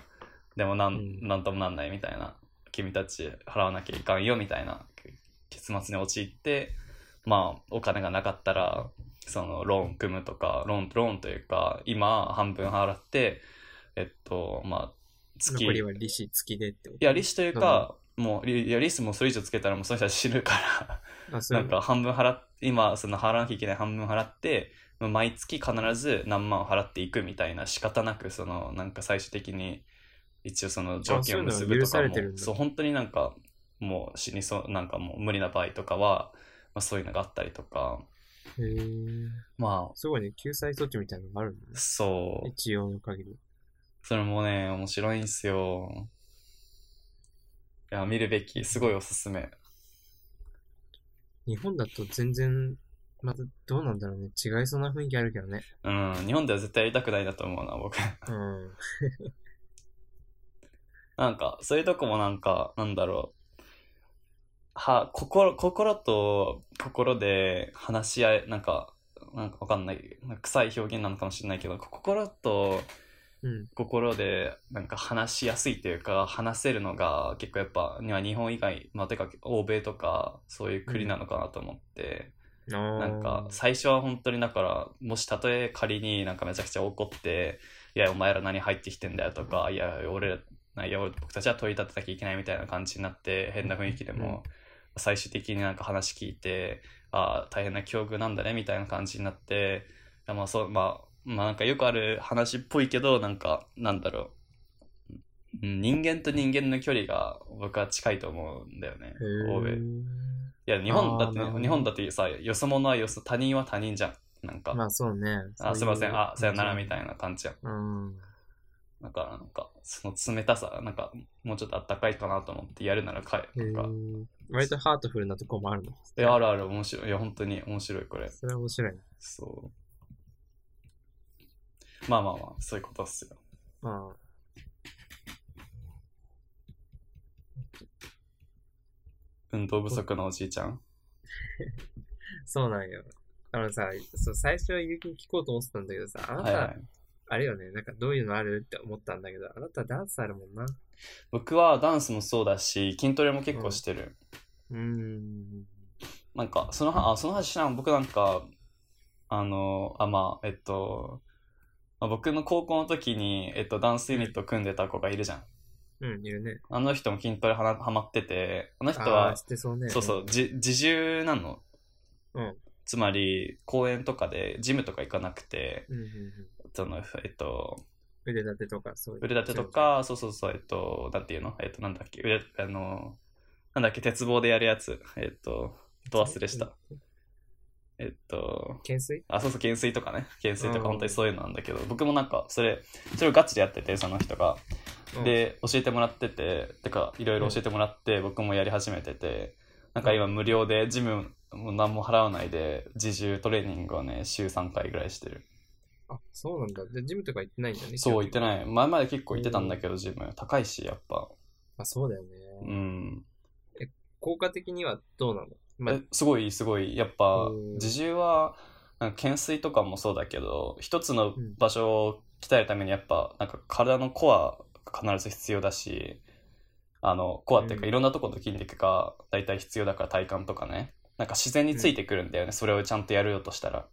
[SPEAKER 1] でもなん,、
[SPEAKER 2] うん
[SPEAKER 1] なんともなんないみたいな君たち払わなきゃいかんよみたいな結末に陥ってまあお金がなかったらそのローン組むとかローンローンというか今半分払ってえっとまあ月
[SPEAKER 2] 残りは利子付きでってこ
[SPEAKER 1] いやリスというか、もういやリスもそれ以上つけたらもうその人は死ぬから
[SPEAKER 2] と。あ、そう
[SPEAKER 1] ない
[SPEAKER 2] うん
[SPEAKER 1] か半分払っ今その払わなきゃいけない半分払ってまあ毎月必ず何万を払っていくみたいな仕方なくそのなんか最終的に一応その条件を結ぶと
[SPEAKER 2] あそう
[SPEAKER 1] か
[SPEAKER 2] いうのは許され
[SPEAKER 1] も
[SPEAKER 2] てるんだ
[SPEAKER 1] そう本当になんかもう死にそうなんかもう無理な場合とかは、まあ、そういうのがあったりとか
[SPEAKER 2] へー
[SPEAKER 1] まあ
[SPEAKER 2] すごいね、救済措置みたいなのがあるんだね。
[SPEAKER 1] そう
[SPEAKER 2] 一応の限り。
[SPEAKER 1] それもね面白いんすよいや見るべきすごいおすすめ
[SPEAKER 2] 日本だと全然、またどうなんだろうね。違いそうな雰囲気あるけどね。
[SPEAKER 1] うん日本では絶対やりたくないなと思うな僕
[SPEAKER 2] うん。
[SPEAKER 1] なんか、そういうとこもなんか、なんだろは、心、心と心で話し合い、なんか、なんかわかんない、なんか臭い表現なのかもしれないけど、心と
[SPEAKER 2] うん。
[SPEAKER 1] 心でなんか話しやすいというか、話せるのが結構やっぱ、いや日本以外、まあ、てか欧米とか、そういう国なのかなと思って、
[SPEAKER 2] な
[SPEAKER 1] なんか最初は本当にだからもしたとえ仮になんかめちゃくちゃ怒って「いやお前ら何入ってきてんだよ」とか「いや俺らないや俺僕たちは取り立てなきゃいけない」みたいな感じになって変な雰囲気でも最終的になんか話聞いてああ大変な境遇なんだねみたいな感じになっていやまあそうまあまあなんかよくある話っぽいけどなんかなんだろううん人間と人間の距離が僕は近いと思うんだよね欧米いや、日本だって
[SPEAKER 2] あーなるほど、ね
[SPEAKER 1] 日本だってさ、よそ者はよそ、他人は他人じゃん。なんか、
[SPEAKER 2] まあそうね。
[SPEAKER 1] あ、すいません、あ、さよならみ
[SPEAKER 2] い
[SPEAKER 1] たいな感じやん。
[SPEAKER 2] な。うん。
[SPEAKER 1] だから、なんか、その冷たさ、なんか、もうちょっとあったかいかなと思ってやるならかい。
[SPEAKER 2] へ
[SPEAKER 1] なんか、
[SPEAKER 2] ー割とハートフルなとこもあるの。
[SPEAKER 1] いや、あるある、面白い。いや、本当に面白い、これ。
[SPEAKER 2] それは面白いね。
[SPEAKER 1] そう。まあまあまあ、そういうことっすよ。
[SPEAKER 2] うん。
[SPEAKER 1] 運動不足のおじいちゃん。
[SPEAKER 2] そうなんよ。あのさ、そう最初はゆうきに聞こうと思ってたんだけどさ、あなた、
[SPEAKER 1] はいはい。
[SPEAKER 2] あれよね、なんかどういうのあるって思ったんだけど、あなたダンスあるもんな。
[SPEAKER 1] 僕はダンスもそうだし、筋トレも結構してる。
[SPEAKER 2] うーん。
[SPEAKER 1] なんか、その話、あ、その話しな、僕なんか、あの、あ、まあ、えっと、まあ、僕の高校の時に、えっと、ダンスユニット組んでた子がいるじゃん。
[SPEAKER 2] うん、いるね。
[SPEAKER 1] あの人も筋トレはなハマってて、あの人
[SPEAKER 2] ああ
[SPEAKER 1] は
[SPEAKER 2] ー、、知ってそうね。
[SPEAKER 1] そうそう、じ自重なの。
[SPEAKER 2] うん
[SPEAKER 1] つまり、公園とかで、ジムとか行かなくて、
[SPEAKER 2] うん。うんうんうん
[SPEAKER 1] その、えっと、
[SPEAKER 2] 腕立てとか、そういう。
[SPEAKER 1] 腕立てと。か、そうそうそう、えっと、なんていうのえっと、なんだっけ、腕、あの、なんだっけ、鉄棒でやるやつ。えっと、ど忘れした。えっと、
[SPEAKER 2] 懸垂
[SPEAKER 1] あ、そうそう、懸垂とかね。懸垂と
[SPEAKER 2] うん
[SPEAKER 1] か本当にそういうのなんだけど、僕もなんか、それ、それをガチでやってて、その人が。
[SPEAKER 2] うん、
[SPEAKER 1] で、教えてもらってて、てか、いろいろ教えてもらって、僕もやり始めてて、なんか今無料で、ジムも何も払わないで、自重トレーニングをね、週3回ぐらいしてる。
[SPEAKER 2] あ、そうなんだ。で、ジムとか行ってないんだね。
[SPEAKER 1] そう、行って
[SPEAKER 2] い。
[SPEAKER 1] ない。前まで結構行ってたんだけど、ジム。高いし、やっぱ。
[SPEAKER 2] あ、そうだよね。
[SPEAKER 1] うん。
[SPEAKER 2] 効果的にはどうなのまあ
[SPEAKER 1] え、すごい、すごい。やっぱ
[SPEAKER 2] うん、
[SPEAKER 1] 自重は、なんか懸垂とかもそうだけど、一つの場所を鍛えるためにやっぱ、なんか体のコアが必ず必要だし、あの、コアっていう
[SPEAKER 2] う
[SPEAKER 1] か、
[SPEAKER 2] ん
[SPEAKER 1] いろんなところの筋肉が大体必要だから体幹とかね。なんか自然についてくるんだよね、それをちゃんとやるようとしたら。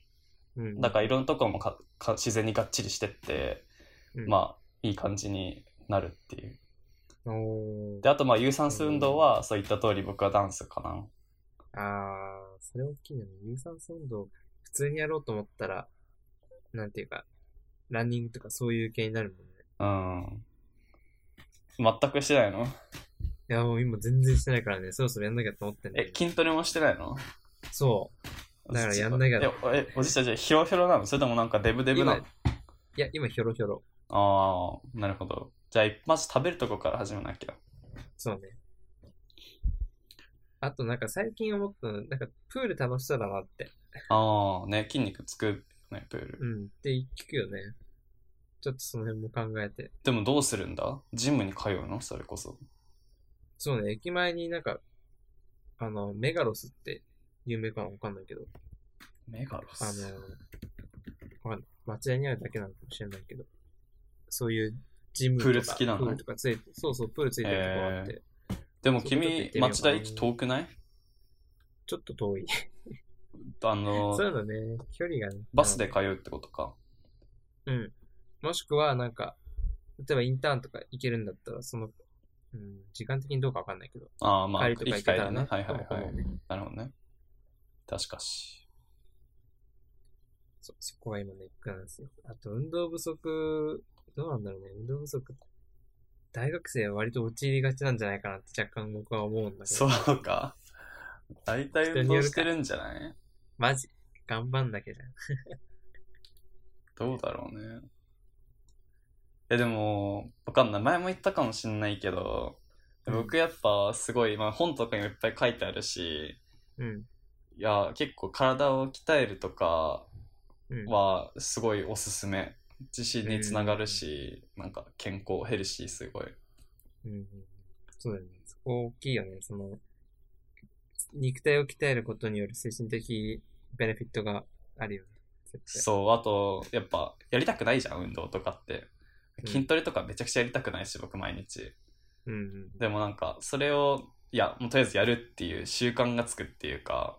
[SPEAKER 2] うん。
[SPEAKER 1] だからいろんなところもかか自然にがっちりしてって、
[SPEAKER 2] うん
[SPEAKER 1] まあ、いい感じになるっていう。
[SPEAKER 2] おー
[SPEAKER 1] で、あとまあ、有酸素運動は、そういった通り僕はダンスかな。
[SPEAKER 2] あー、それ大きいよね。有酸素運動、普通にやろうと思ったら、なんていうか、ランニングとかそういう系になるもんね。
[SPEAKER 1] うん。全くしてないの
[SPEAKER 2] いや、もう今全然してないからね、そろそろやんなきゃと思ってんだ
[SPEAKER 1] え
[SPEAKER 2] け、ど
[SPEAKER 1] 筋トレもしてないの
[SPEAKER 2] そう。だからやんなきゃ
[SPEAKER 1] え、おえおじいちゃんじゃあヒロヒロなのそれともなんかデブデブなの
[SPEAKER 2] いや、今、ひょろひょろ。
[SPEAKER 1] ああ、なるほど。じゃあ、まず食べるとこから始めなきゃ。
[SPEAKER 2] そうね。あと、なんか最近思ったの、なんかプール楽しそうだなって。
[SPEAKER 1] ああ、ね、筋肉つくよね、プール。
[SPEAKER 2] うん。って聞くよね。ちょっとその辺も考えて。
[SPEAKER 1] でもどうするんだジムに通うのそれこそ。
[SPEAKER 2] そうね、駅前になんか、あの、メガロスって有名かなわかんないけど、
[SPEAKER 1] メガロス。
[SPEAKER 2] あの、わかんない。町田にあるだけなのかもしれないけど、そういうジムとか
[SPEAKER 1] プール付きなの
[SPEAKER 2] プールとかついて、そうそう、プールついてるとこあって、
[SPEAKER 1] へでも
[SPEAKER 2] そういう
[SPEAKER 1] 君
[SPEAKER 2] こ、と言って
[SPEAKER 1] 町
[SPEAKER 2] み
[SPEAKER 1] 田
[SPEAKER 2] よう
[SPEAKER 1] 駅遠くない
[SPEAKER 2] ちょっと遠い。
[SPEAKER 1] あの
[SPEAKER 2] そ、ういうのね、距離がね。
[SPEAKER 1] バスで通うってことか。
[SPEAKER 2] うん。もしくは、なんか、例えばインターンとか行けるんだったら、その、うん、時間的にどうかわかんないけど、
[SPEAKER 1] ああ、まあ、
[SPEAKER 2] 帰
[SPEAKER 1] 行
[SPEAKER 2] りとか行
[SPEAKER 1] き
[SPEAKER 2] けた
[SPEAKER 1] 帰り
[SPEAKER 2] ら
[SPEAKER 1] ね。
[SPEAKER 2] な
[SPEAKER 1] はいはい
[SPEAKER 2] と
[SPEAKER 1] は
[SPEAKER 2] 思う
[SPEAKER 1] い
[SPEAKER 2] ね。
[SPEAKER 1] なるほどね。確かし。
[SPEAKER 2] そ、そこは今の一環ですよ。あと、運動不足、どうなんだろうね、運動不足。大学生は割と陥りがちなんじゃないかなって若干僕は思うんだけ
[SPEAKER 1] そ
[SPEAKER 2] ど。
[SPEAKER 1] うか。大体運動してるんじゃない
[SPEAKER 2] マジ。頑張んなきゃじゃん。
[SPEAKER 1] どうだろうね。え、でも、わかんない。前も言ったかもしんないけど、
[SPEAKER 2] うん
[SPEAKER 1] 僕やっぱすごい、まあ本とかにもいっぱい書いてあるし、
[SPEAKER 2] うん。
[SPEAKER 1] いや、結構体を鍛えるとか
[SPEAKER 2] うん。
[SPEAKER 1] はすごいおすすめ。自信につながるし、なんか健康、ヘルシーすごい。
[SPEAKER 2] うん。そうだよね。そこ大きいよね。その、肉体を鍛えることによる精神的ベネフィットがあるよね。絶対
[SPEAKER 1] そう、あと、やっぱ、やりたくないじゃん、運動とかって。
[SPEAKER 2] うん
[SPEAKER 1] 筋トレとかめちゃくちゃやりたくないし、僕毎日。
[SPEAKER 2] うんうん。
[SPEAKER 1] でもなんか、それを、いや、もうとりあえずやるっていう習慣がつくっていうか、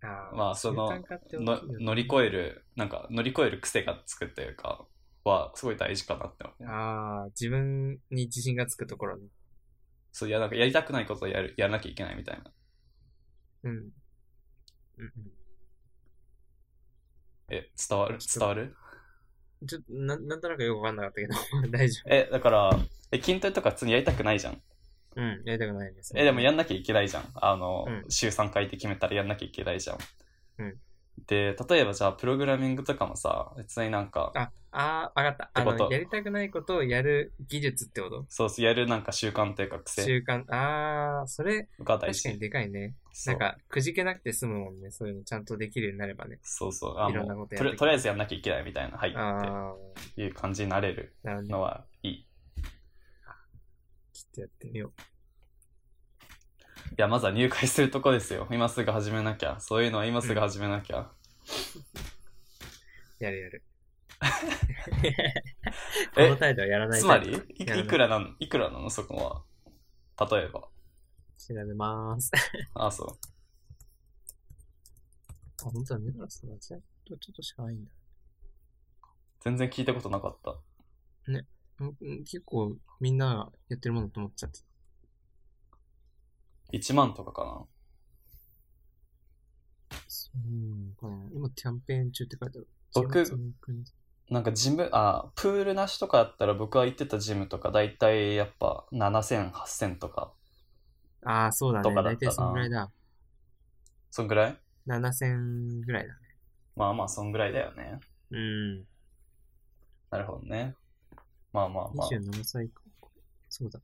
[SPEAKER 2] あー
[SPEAKER 1] まあその
[SPEAKER 2] 習慣化って大きいよ
[SPEAKER 1] の
[SPEAKER 2] ね
[SPEAKER 1] 乗り越える、なんか乗り越える癖がつくというか、は、すごい大事かなって思う。
[SPEAKER 2] ああ、自分に自信がつくところね。
[SPEAKER 1] そう、いや、なんかやりたくないことをやる、やらなきゃいけないみたいな。
[SPEAKER 2] うん。うんうん
[SPEAKER 1] え、伝わる伝わる
[SPEAKER 2] ちょっとな、なんとなくよくわかんなかったけど、 大丈
[SPEAKER 1] え、だから、え、筋トレとか普通にやりたくないじゃん。
[SPEAKER 2] 夫。うん、やりたくないです、
[SPEAKER 1] え、でもやんなきゃいけないじゃん。あの、
[SPEAKER 2] うん
[SPEAKER 1] 週3回って決めたらやんなきゃいけないじゃん。
[SPEAKER 2] うん
[SPEAKER 1] で、例えばじゃあ、プログラミングとかもさ、別になんか、
[SPEAKER 2] あ、あー、わかった。あ
[SPEAKER 1] ってこと
[SPEAKER 2] の、やりたくないことをやる技術ってこと
[SPEAKER 1] そうそう、やるなんか習慣というか癖
[SPEAKER 2] 習慣。ああ、それ、
[SPEAKER 1] が大
[SPEAKER 2] 確か
[SPEAKER 1] 事
[SPEAKER 2] に。でかいね。
[SPEAKER 1] そ
[SPEAKER 2] な
[SPEAKER 1] うん
[SPEAKER 2] か、くじけなくて済むもんね。そういうのちゃんとできるようになればね。
[SPEAKER 1] そうそう、あ
[SPEAKER 2] いろんな
[SPEAKER 1] もう
[SPEAKER 2] こ
[SPEAKER 1] と
[SPEAKER 2] とやって
[SPEAKER 1] り、とりあえずやんなきゃいけないみたいな、はいっ
[SPEAKER 2] ああ、
[SPEAKER 1] ていう感じになれる
[SPEAKER 2] なるほど
[SPEAKER 1] の
[SPEAKER 2] ね。
[SPEAKER 1] はいい。い
[SPEAKER 2] ちょっとやってみよ
[SPEAKER 1] や、まずは入会するとこ ですよ。今すぐ始めなきゃ。そういうのは今すぐ始めなきゃ。。
[SPEAKER 2] う。やるや るこの態度はやらない
[SPEAKER 1] つ
[SPEAKER 2] タ
[SPEAKER 1] ま
[SPEAKER 2] イプ
[SPEAKER 1] りい、
[SPEAKER 2] やらない
[SPEAKER 1] いくらなん、いくらなのそこは。例えば。
[SPEAKER 2] 調べまーす。
[SPEAKER 1] あ、そう。
[SPEAKER 2] あ、 本当だ、 ネブラスのちょっと、ちょっとしかないんだ。
[SPEAKER 1] 全然聞いたことなかった。
[SPEAKER 2] うんうん結構、みんながやってるものだと思っちゃってた。
[SPEAKER 1] 1万とかかな。
[SPEAKER 2] うん、これ、今、キャンペーン中って書いてある。
[SPEAKER 1] 僕
[SPEAKER 2] ジムの国
[SPEAKER 1] なんかジム、あ、プールなしとかだったら僕が行ってたジムとかだいたいやっぱ7000、8000とか、
[SPEAKER 2] ああ、そうだ
[SPEAKER 1] と
[SPEAKER 2] ね。
[SPEAKER 1] かだったな
[SPEAKER 2] 大体そんぐらいだ。
[SPEAKER 1] そんぐらい
[SPEAKER 2] 7000ぐらいだね。
[SPEAKER 1] まあまあそんぐらいだよね。
[SPEAKER 2] うん。
[SPEAKER 1] なるほどね。まあまあまあ。
[SPEAKER 2] 27歳以降。そうだ。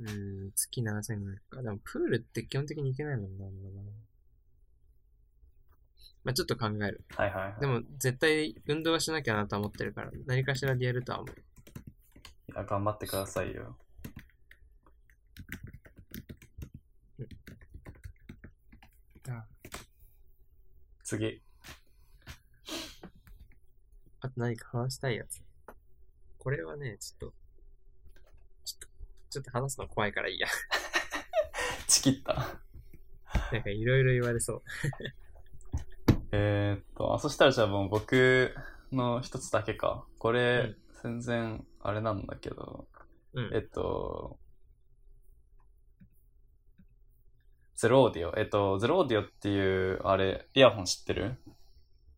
[SPEAKER 2] うん、月7000ぐらいか。でも、プールって基本的に行けないもんな、あんまなまあ、ちょっと考える。
[SPEAKER 1] はいはいはい。
[SPEAKER 2] でも、絶対、運動はしなきゃなとは思ってるから、何かしらでやるとは思う。
[SPEAKER 1] いや、頑張ってくださいよ。次。
[SPEAKER 2] あと何か話したいやつ。これはね、ちょっと、ちょっと、ちょっと話すの怖いからいいや。
[SPEAKER 1] チキった。
[SPEAKER 2] なんかいろいろ言われそう。
[SPEAKER 1] えーっと、あ、そしたらじゃあもう僕の一つだけか。これ、全然あれなんだけど、
[SPEAKER 2] うん
[SPEAKER 1] えっと、ゼロオーディオ。えっと、ゼロオーディオっていう、あれ、イヤホン知ってる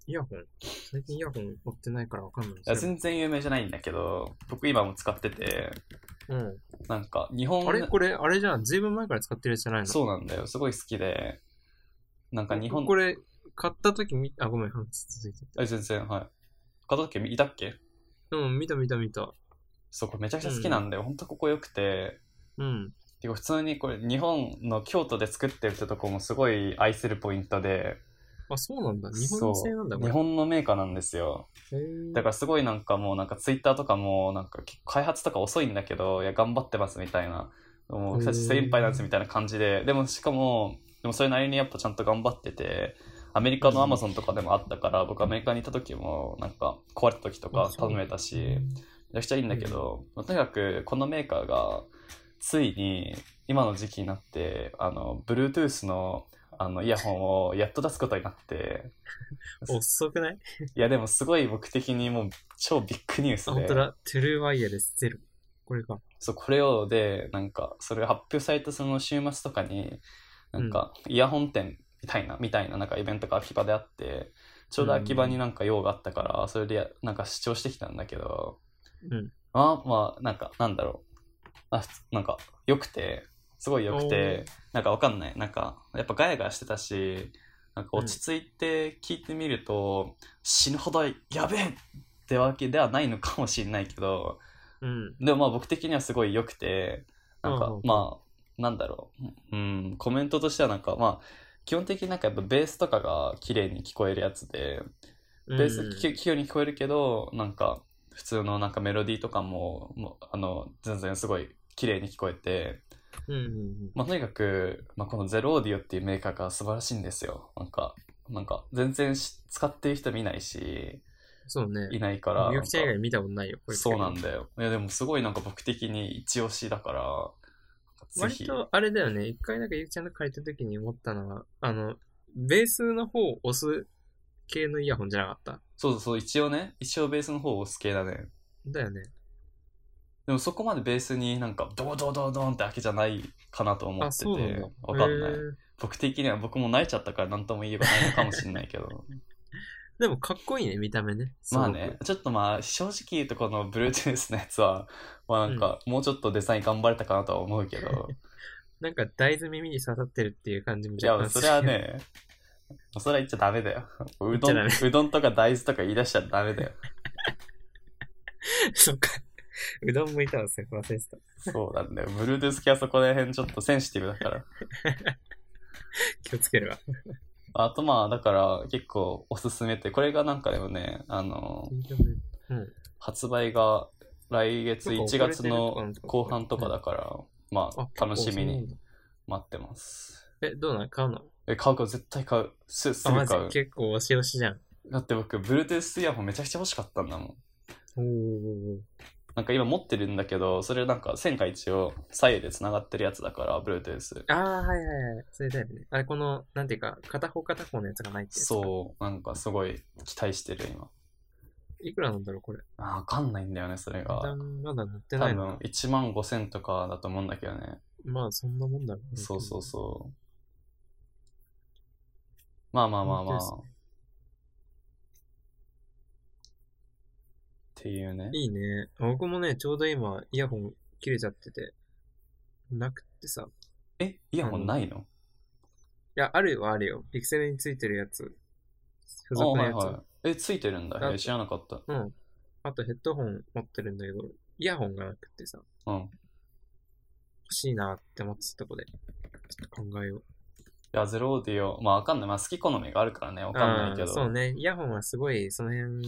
[SPEAKER 2] イヤホン最近イヤホン持ってないからわかんない
[SPEAKER 1] いや
[SPEAKER 2] それ
[SPEAKER 1] 全然有名じゃないんだけど、僕今も使ってて、
[SPEAKER 2] うん。
[SPEAKER 1] なんか日本
[SPEAKER 2] あれこれ、あれじゃん。ずいぶん前から使ってるやつじゃないの
[SPEAKER 1] そうなんだよ。すごい好きで、なんか日本、
[SPEAKER 2] これ、買った時み、あ、ごめん、話続いてて。
[SPEAKER 1] あ全然、はい。片時いたっけ
[SPEAKER 2] うん、見た見た見た。
[SPEAKER 1] そう、これめちゃくちゃ好きなんだよ。ほんとここ良くて、
[SPEAKER 2] うん。
[SPEAKER 1] てか普通にこれ日本の京都で作ってるってとこもすごい愛するポイントで
[SPEAKER 2] あ、そうなんだ。日本製なんだ、
[SPEAKER 1] そう
[SPEAKER 2] これ。
[SPEAKER 1] 日本のメーカーなんですよ
[SPEAKER 2] へー
[SPEAKER 1] だからすごいなんかもうなんかツイッターとかもなんか結構開発とか遅いんだけどいや頑張ってますみたいなもう僕たち精一杯なんですみたいな感じででもしかもでもそれなりにやっぱちゃんと頑張っててアメリカのアマゾンとかでもあったから、僕アメリカにいた時もなんか壊れた時とか頼めたし、めちゃくちゃいいんだけど、まあとにかくこのメーカーがついに今の時期になってあの Bluetooth のあのイヤホンをやっと出すことになって
[SPEAKER 2] 遅くない
[SPEAKER 1] いやでもすごい僕的にもう超ビッグニュー
[SPEAKER 2] あ、
[SPEAKER 1] ス
[SPEAKER 2] 本
[SPEAKER 1] で
[SPEAKER 2] 当だ。トゥルーワイヤレスゼロ。これか。
[SPEAKER 1] そうこれをでなんかそれ発表されたその週末とかになんかイヤホン店みたいなみたいななんかイベントが秋葉であってちょうど秋葉になんか用があったからそれでやなんか主張してきたんだけど
[SPEAKER 2] うん。
[SPEAKER 1] あまあなんかなんだろうあふつなんか良くてすごい良くてなんかわかんないなんかやっぱガヤガヤしてたしなんか落ち着いて聞いてみると、死ぬほどやべえってわけではないのかもしれないけど
[SPEAKER 2] うん。
[SPEAKER 1] でもまあ僕的にはすごい良くてなん
[SPEAKER 2] うん
[SPEAKER 1] か
[SPEAKER 2] うん
[SPEAKER 1] まあなんだろううんコメントとしてはなんかまあ基本的になんかやっぱベースとかが綺麗に聞こえるやつでベース
[SPEAKER 2] うん
[SPEAKER 1] き器用に聞こえるけど、なんか普通のなんかメロディーとかももうあの全然すごい綺麗に聞こえて
[SPEAKER 2] うんうん
[SPEAKER 1] まあ、とにかく、まあ、このゼロオーディオっていうメーカーが素晴らしいんですよ。なんか、なんか全然し使ってる人見ないし、
[SPEAKER 2] そうね。
[SPEAKER 1] いないから。
[SPEAKER 2] みゆきちゃん以外見たことないよ、これ。
[SPEAKER 1] そうなんだよ。いや、でもすごいなんか僕的に一押しだから、ぜ
[SPEAKER 2] 割
[SPEAKER 1] ひ。
[SPEAKER 2] と、あれだよね。一回なんかゆきちゃんの借りた時に思ったのは、あの、ベースの方を押す系のイヤホンじゃなかった。
[SPEAKER 1] そうそうそう、一応ね、一応ベースの方を押す系だね。
[SPEAKER 2] だよね。
[SPEAKER 1] でもそこまでベースになんかドードードードーンって開けじゃないかなと思
[SPEAKER 2] あ、
[SPEAKER 1] って
[SPEAKER 2] そうなん
[SPEAKER 1] て
[SPEAKER 2] だ。、
[SPEAKER 1] わかんな
[SPEAKER 2] へ
[SPEAKER 1] い
[SPEAKER 2] ー。
[SPEAKER 1] 僕的には僕も泣いちゃったから何とも言えばないのかもしれない けど。
[SPEAKER 2] でもかっこいいね、見た目ね。すご
[SPEAKER 1] ま
[SPEAKER 2] く
[SPEAKER 1] あね、ちょっとまあ正直言うとこの Bluetooth のやつは、まあなんかもうちょっとデザイン頑張れたかなとは思うけ ど、
[SPEAKER 2] なんか大豆耳に刺さってるっていう感じも
[SPEAKER 1] いや
[SPEAKER 2] 若干
[SPEAKER 1] それはね、それは言っちゃダメだよ。う
[SPEAKER 2] っち
[SPEAKER 1] ど
[SPEAKER 2] ゃ
[SPEAKER 1] ん、
[SPEAKER 2] ダメ
[SPEAKER 1] うどんとか大豆とか言い出しちゃダメだよ。
[SPEAKER 2] する。そっか。うどんもいたわ、それ忘れてた。
[SPEAKER 1] そうなんだよ。Bluetooth 系はそこら辺ちょっとセンシティブだから。
[SPEAKER 2] 気をつけるわ。
[SPEAKER 1] あとまあだから結構おすすめって、これがなんかでもね、あの、発売が来月1月の後半とかだから、まあ楽しみに。待ってます。
[SPEAKER 2] え、どうなん買うの
[SPEAKER 1] え、買う買う、絶対買う。すす
[SPEAKER 2] あ、
[SPEAKER 1] ぐ
[SPEAKER 2] マジ
[SPEAKER 1] 買う。
[SPEAKER 2] 結構押し押しじゃん。
[SPEAKER 1] だって僕、Bluetooth イヤホンめちゃくちゃ欲しかったんだもん。
[SPEAKER 2] おー。
[SPEAKER 1] なんか今持ってるんだけど、それなんか線が一応左右で繋がってるやつだから、Bluetooth。
[SPEAKER 2] あー、はいはいはい。それだよね。あれ、この、なんていうか、片方片方のやつがないってやつか
[SPEAKER 1] そう、なんかすごい期待してる今。
[SPEAKER 2] いくらなんだろう、これ。
[SPEAKER 1] あー、わかんないんだよね、それ
[SPEAKER 2] 値
[SPEAKER 1] が。
[SPEAKER 2] 段まだ乗って
[SPEAKER 1] 多
[SPEAKER 2] ないの
[SPEAKER 1] 分
[SPEAKER 2] か。
[SPEAKER 1] 1万5千とかだと思うんだけどね。
[SPEAKER 2] まあ、そんなもんだろね
[SPEAKER 1] そうそうそう。まあまあまあまあ。
[SPEAKER 2] 本当
[SPEAKER 1] っていうね。
[SPEAKER 2] いいね。僕もね、ちょうど今、イヤホン切れちゃってて、なくってさ。い
[SPEAKER 1] え、イヤホンないの
[SPEAKER 2] や、あるよ、あるよ。ピクセルについてるやつ。付
[SPEAKER 1] あ
[SPEAKER 2] 属
[SPEAKER 1] は
[SPEAKER 2] の
[SPEAKER 1] い
[SPEAKER 2] やつ。
[SPEAKER 1] はい。え、ついてるんだ。
[SPEAKER 2] だ
[SPEAKER 1] え知らなかった。
[SPEAKER 2] うん。あとヘッドホン持ってるんだけど、イヤホンがなくってさ、
[SPEAKER 1] うん。い
[SPEAKER 2] 欲しいなって思ってたとこで、ちょっと考えよう。
[SPEAKER 1] や、ゼロオーディオ。まあわかんない。まあ好き好みがあるからね。わかんないけ
[SPEAKER 2] あ
[SPEAKER 1] ど。
[SPEAKER 2] ーそうね。イヤホンはすごい、その辺、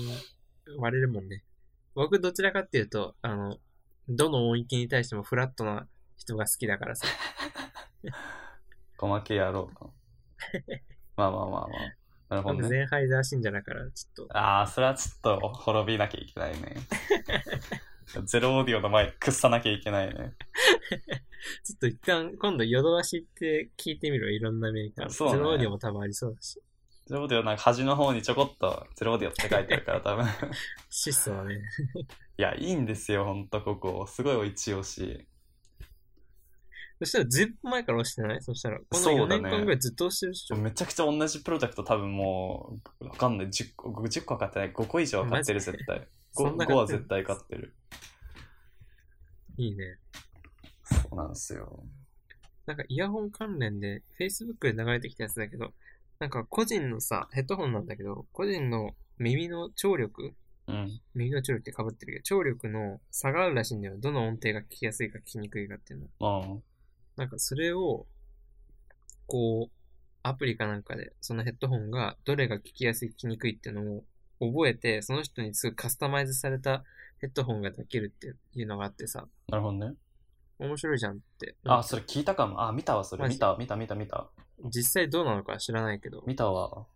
[SPEAKER 2] 割れるもんね。僕、どちらかっていうと、あの、どの音域に対してもフラットな人が好きだからさ。
[SPEAKER 1] 細けやろう か。まあまあまあまあ。なるほ
[SPEAKER 2] 僕、
[SPEAKER 1] どね。
[SPEAKER 2] ゼンハイザー信者だから、ちょっと。
[SPEAKER 1] ああ、それはちょっと滅びなきゃいけない ね。ゼロオーディオの前、くっさなきゃいけないね。
[SPEAKER 2] ちょっと一旦、今度、ヨドバシって聞いてみろ、いろんなメーカーの。
[SPEAKER 1] そうね
[SPEAKER 2] ゼロオーディオも多分ありそうだし。
[SPEAKER 1] ゼロオーディオなんか端の方にちょこっとゼロオーディオって書いてあるから多分。
[SPEAKER 2] 質素はね。
[SPEAKER 1] いや、いいんですよ、ほんとここ。すごい一押し。
[SPEAKER 2] そしたら、ずいぶん前から押してないそしたら、この
[SPEAKER 1] そ
[SPEAKER 2] 4
[SPEAKER 1] うだ
[SPEAKER 2] 年
[SPEAKER 1] ね
[SPEAKER 2] 間ぐらいずっと押してるでしょ。
[SPEAKER 1] めちゃくちゃ同じプロジェクト多分もう、わかんない。10個、10個は買ってない。5個以上は買ってる、
[SPEAKER 2] マジで
[SPEAKER 1] 絶対。
[SPEAKER 2] そ
[SPEAKER 1] 5,
[SPEAKER 2] んな
[SPEAKER 1] 5
[SPEAKER 2] 買
[SPEAKER 1] は
[SPEAKER 2] ってんの
[SPEAKER 1] 絶対買ってる。
[SPEAKER 2] いいね。
[SPEAKER 1] そうなんですよ。
[SPEAKER 2] なんかイヤホン関連で、Facebook で流れてきたやつだけど、なんか個人のさ、ヘッドホンなんだけど、個人の耳の聴力、
[SPEAKER 1] うん。
[SPEAKER 2] 耳の聴力って被ってるけど、聴力の差があるらしいんだよ。どの音程が聞きやすいか聞きにくいかっていうの。
[SPEAKER 1] うん。
[SPEAKER 2] なんかそれを、こう、アプリかなんかで、そのヘッドホンがどれが聞きやすい、聞きにくいっていうのを覚えて、その人にすぐカスタマイズされたヘッドホンができるっていうのがあってさ、
[SPEAKER 1] なるほどね。
[SPEAKER 2] 面白いじゃんって。
[SPEAKER 1] あ、それ聞いたかも。あ、見たわ、それ。
[SPEAKER 2] マジ
[SPEAKER 1] 見たわ、見た、見た、見た。
[SPEAKER 2] 実際どうなのかは知らないけど、
[SPEAKER 1] 見たわ。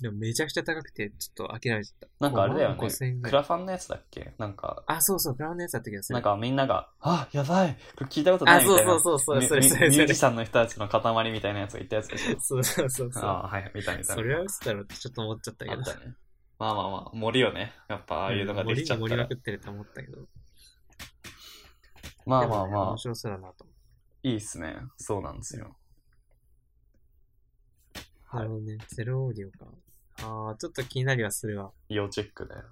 [SPEAKER 2] でもめちゃくちゃ高くて、ちょっと諦めちゃった。
[SPEAKER 1] なんかあれだよね
[SPEAKER 2] 5万5000円ぐ
[SPEAKER 1] ク
[SPEAKER 2] ら
[SPEAKER 1] ラ
[SPEAKER 2] い。
[SPEAKER 1] ファンのやつだっけなんか、
[SPEAKER 2] あ、そうそう、クラウンのやつだった気がする。
[SPEAKER 1] なんかみんなが、あ、やばいこれ聞いたことな
[SPEAKER 2] あ、
[SPEAKER 1] いみた
[SPEAKER 2] そう
[SPEAKER 1] いな。
[SPEAKER 2] そうそう、それ
[SPEAKER 1] ミ
[SPEAKER 2] それ
[SPEAKER 1] ミ
[SPEAKER 2] それ
[SPEAKER 1] ミュ
[SPEAKER 2] そ
[SPEAKER 1] ージ
[SPEAKER 2] れ。
[SPEAKER 1] シャンの人たちの塊みたいなやつが言ったやつでしょ。
[SPEAKER 2] そうそうそうそう。
[SPEAKER 1] あーはい、見た見た。
[SPEAKER 2] それは嘘だろってちょっと思っちゃったけ
[SPEAKER 1] あ
[SPEAKER 2] ど
[SPEAKER 1] っ。たね。まあまあまあ、森よね。やっぱああいうのができちゃっ
[SPEAKER 2] 盛
[SPEAKER 1] た
[SPEAKER 2] り
[SPEAKER 1] ら。
[SPEAKER 2] まくってると思ったけど。
[SPEAKER 1] まあ
[SPEAKER 2] でも
[SPEAKER 1] まあ
[SPEAKER 2] ね
[SPEAKER 1] ま
[SPEAKER 2] 面
[SPEAKER 1] あ、
[SPEAKER 2] 白そうだなと思って。
[SPEAKER 1] いいっすね。そうなんですよ。はい
[SPEAKER 2] なるほどね。ゼロオーディオか。あー、ちょっと気になりはするわ。
[SPEAKER 1] 要チェックだよ。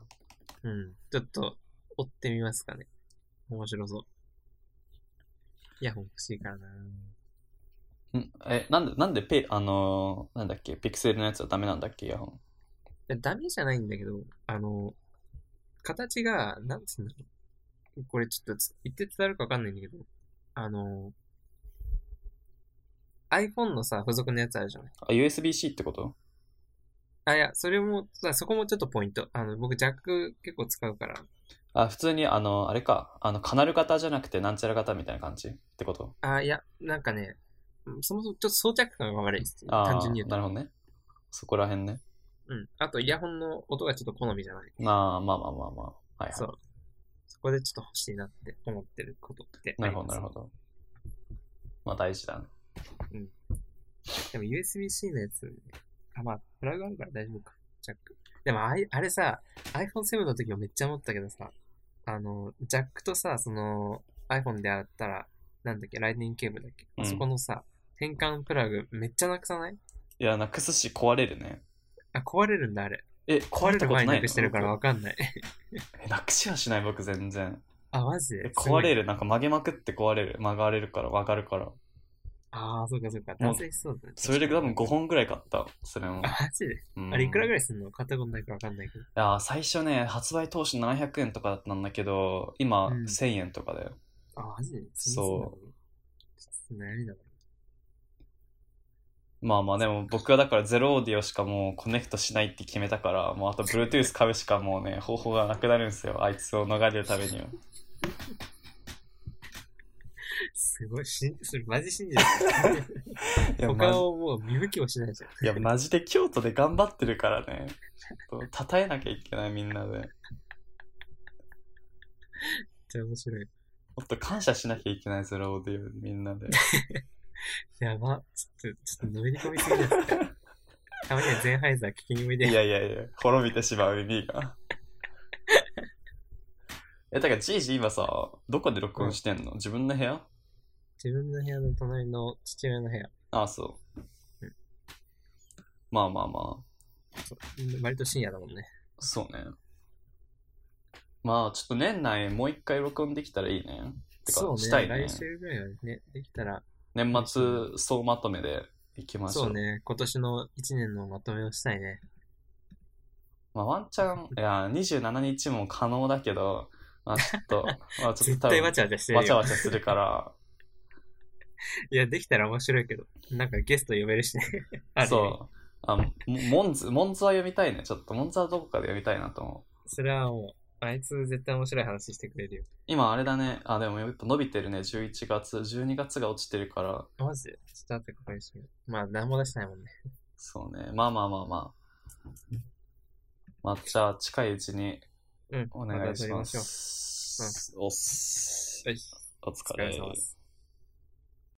[SPEAKER 2] うん。ちょっと、追ってみますかね。面白そう。イヤホン欲しいからな。
[SPEAKER 1] うんえ、なんで、なんでペ、あのーなんだっけ、ピクセルのやつはダメなんだっけ、イヤホン。
[SPEAKER 2] いやダメじゃないんだけど、あの、形が、なんつうんだろう。これちょっとつ言って伝わるかわかんないんだけど、あの、iPhone のさ、付属のやつあるじゃない。
[SPEAKER 1] あ、USB-C ってこと
[SPEAKER 2] あ、いや、それも、さそこもちょっとポイント。あの、僕、ジャック結構使うから、
[SPEAKER 1] あ、普通に、あの、あれか、あの、カナル型じゃなくて、なんちゃら型みたいな感じってこと
[SPEAKER 2] あ、いや、なんかね、そもそもちょっと装着感が悪いです。
[SPEAKER 1] あー
[SPEAKER 2] 単純に言うと。
[SPEAKER 1] なるほどね。そこら辺ね。
[SPEAKER 2] うん。あと、イヤホンの音がちょっと好みじゃない。
[SPEAKER 1] まあまあまあまあまあ。はい、
[SPEAKER 2] そ
[SPEAKER 1] は
[SPEAKER 2] う。そこでちょっと欲しいなって思ってることって
[SPEAKER 1] い。
[SPEAKER 2] あ
[SPEAKER 1] な
[SPEAKER 2] り
[SPEAKER 1] るほ
[SPEAKER 2] ま
[SPEAKER 1] ど、
[SPEAKER 2] す
[SPEAKER 1] なるほど。まあ大事だね。
[SPEAKER 2] でも USB-C のやつ、あ、まあ、プラグあるから大丈夫か。ジャック。でもあい、あれさ、iPhone7 の時もめっちゃ思ったけどさ、あの、ジャックとさ、その、iPhone であったら、なんだっけ、ライトニングケーブルだっけ。
[SPEAKER 1] うん
[SPEAKER 2] あそこのさ、変換プラグめっちゃなくさない
[SPEAKER 1] いや、なくすし壊れるね。
[SPEAKER 2] あ、壊れるんだ、あれ。
[SPEAKER 1] え、
[SPEAKER 2] 壊
[SPEAKER 1] 壊
[SPEAKER 2] れ
[SPEAKER 1] れたこ
[SPEAKER 2] る
[SPEAKER 1] と
[SPEAKER 2] 前に
[SPEAKER 1] ないの
[SPEAKER 2] なくしてるからわかんない。
[SPEAKER 1] 僕えなくしはしない、僕全然。
[SPEAKER 2] あ、マジで
[SPEAKER 1] え壊れ
[SPEAKER 2] る。
[SPEAKER 1] る、なんか曲げまくって壊れる。曲がれるから、曲がるから。
[SPEAKER 2] ああ、そうかそうか。
[SPEAKER 1] もう
[SPEAKER 2] 男性しそうだね。
[SPEAKER 1] それで多分5本ぐらい買った、それも
[SPEAKER 2] あ、。マジで
[SPEAKER 1] うん
[SPEAKER 2] あれいくらぐらいすんの買ったことないからわかんないけど。
[SPEAKER 1] いや最初ね、発売当初700円とかだったんだけど、今、
[SPEAKER 2] うん
[SPEAKER 1] 1000円とかだよ。
[SPEAKER 2] あ、マジで。
[SPEAKER 1] そう
[SPEAKER 2] ちょっと悩みだな。
[SPEAKER 1] まあまあでも僕はだからゼロオーディオしかもうコネクトしないって決めたから、もうあと Bluetooth 買うしかもうね、方法がなくなるんですよ。あいつを逃れるためには。
[SPEAKER 2] すごい、しん、それマジ信じない
[SPEAKER 1] いや、
[SPEAKER 2] 他
[SPEAKER 1] マ
[SPEAKER 2] をもう見向きもしないじゃん。
[SPEAKER 1] ジいやマジで京都で頑張ってるからね。ちょっと、たたえなきゃいけないみんなで。も
[SPEAKER 2] めっちゃ面白い。
[SPEAKER 1] っと感謝しなきゃいけないゼロオーディオにみんなで。
[SPEAKER 2] やば。ちょっと、ちょっとのめり込みす ぎですか。たまにはゼンハイザー聞きにおいで。
[SPEAKER 1] いやいやいや、滅びてしまう耳が。 え、だからじいじ今さ、どこで録音してんの、自分の部屋
[SPEAKER 2] 自分の部屋の隣の父親の部屋。
[SPEAKER 1] ああ、そう。まあまあまあ、
[SPEAKER 2] そう割と深夜だもんね。
[SPEAKER 1] そうね。まあ、ちょっと年内もう一回録音できたらいいね。てか、
[SPEAKER 2] そうね。
[SPEAKER 1] したいね
[SPEAKER 2] 来。週ぐらいはね、できたら。
[SPEAKER 1] 年末総まとめでいきましょう。
[SPEAKER 2] そうね。今年の1年のまとめをしたいね。
[SPEAKER 1] まあ、ワンチ ャン、いや、27日も可能だけど、まあ、ちょっ と、まあ、ちょっ
[SPEAKER 2] 絶
[SPEAKER 1] と多分
[SPEAKER 2] 対わちゃわちゃしてるよ。
[SPEAKER 1] わちゃわちゃするから、
[SPEAKER 2] いや、できたら面白いけど。なんかゲスト呼べるしね。 ある意味
[SPEAKER 1] そう。あ、もモンズ、モンズは読みたいね。ちょっと、モンズはどこかで読みたいなと思う。
[SPEAKER 2] それはもう、あいつ絶対面白い話してくれるよ。
[SPEAKER 1] 今、あれだね。あ、でもやっぱ伸びてるね。11月、12月が落ちてるから。
[SPEAKER 2] マジでちょっと後で確認してみよう。まあ、何も出してないもんね。
[SPEAKER 1] そうね。まあまあまあまあ。まあ、じゃあ、近いうちに
[SPEAKER 2] うん。
[SPEAKER 1] お願いしま
[SPEAKER 2] また撮りましょう。
[SPEAKER 1] す。おっす
[SPEAKER 2] はい。
[SPEAKER 1] お
[SPEAKER 2] お
[SPEAKER 1] 疲れ。
[SPEAKER 2] す。